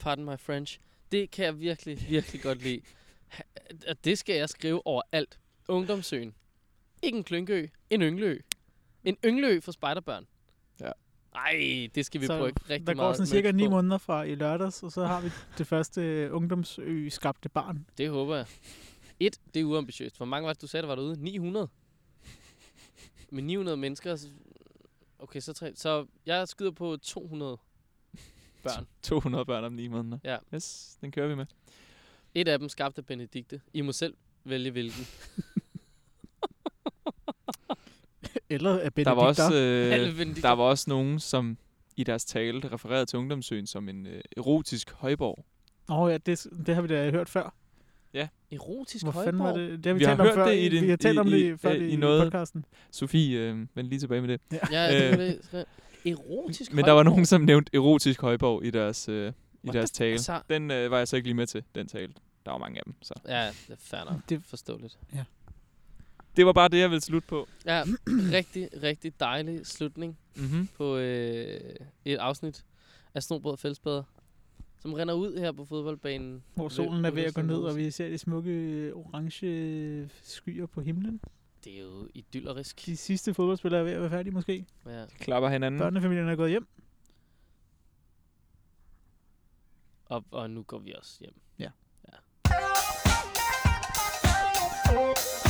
Pardon my French. Det kan jeg virkelig, virkelig godt lide. Ha- Og det skal jeg skrive overalt. Ungdomsøen. Ikke en klynkeø, en yngleø. En yngleø for spejderbørn.
Ja.
Ej, det skal vi
Så
så bruge rigtig
Der
meget.
går sådan cirka
merch
9
på.
måneder fra i lørdags, og så har vi det første øh, ungdomsø skabte barn.
Det håber jeg. Et, det er uambitiøst. Hvor mange var det, du sagde, der var derude? 900? Med 900 mennesker... så- Okay, så, tre, så jeg skyder på 200 børn.
200 børn om 9 måneder.
Ja.
Yes, den kører vi med.
Et af dem skabte Benedikte. I må selv vælge hvilken.
Eller øh, er
Der var, også,
Alle
øh,
Benedikte.
der var også nogen, som i deres tale refererede til Ungdomsøen som en øh, erotisk højborg.
Åh oh, ja, det, det har vi da hørt før.
Erotisk
Hvor fanden var
højborg.
det? Det har vi,
Vi har
talt om
hørt
før.
det i
i,
din-
vi har talt
i-
om
i-
det før
øh,
i,
i noget-
podcasten.
Sofie, øh, vend lige tilbage med det.
Ja,
Øh.
det var det. Så- Erotisk
Men der var
højborg.
nogen, som nævnte erotisk højborg i deres, øh, i
What
deres
the-
tale.
Altså,
Den øh, var jeg så ikke lige med til, den tale. Der var mange af dem, så.
ja, det er fair nok.
Det-
Forståeligt.
Det var bare det, jeg ville slutte på.
Ja, rigtig, rigtig dejlig slutning.
Mm-hmm.
på øh, et afsnit af Snobrød og Fællesbader, som render ud her på fodboldbanen.
Hvor
Løb-
solen er ved at gå
løb-
ned, og vi ser de smukke øh, orange øh, skyer på himlen.
Det er jo idyllerisk.
De sidste fodboldspillere er ved at være færdige måske.
Ja.
Klapper hinanden.
Børnefamilien er gået hjem.
Og, og nu går vi også hjem.
Ja.
ja.
Thank you.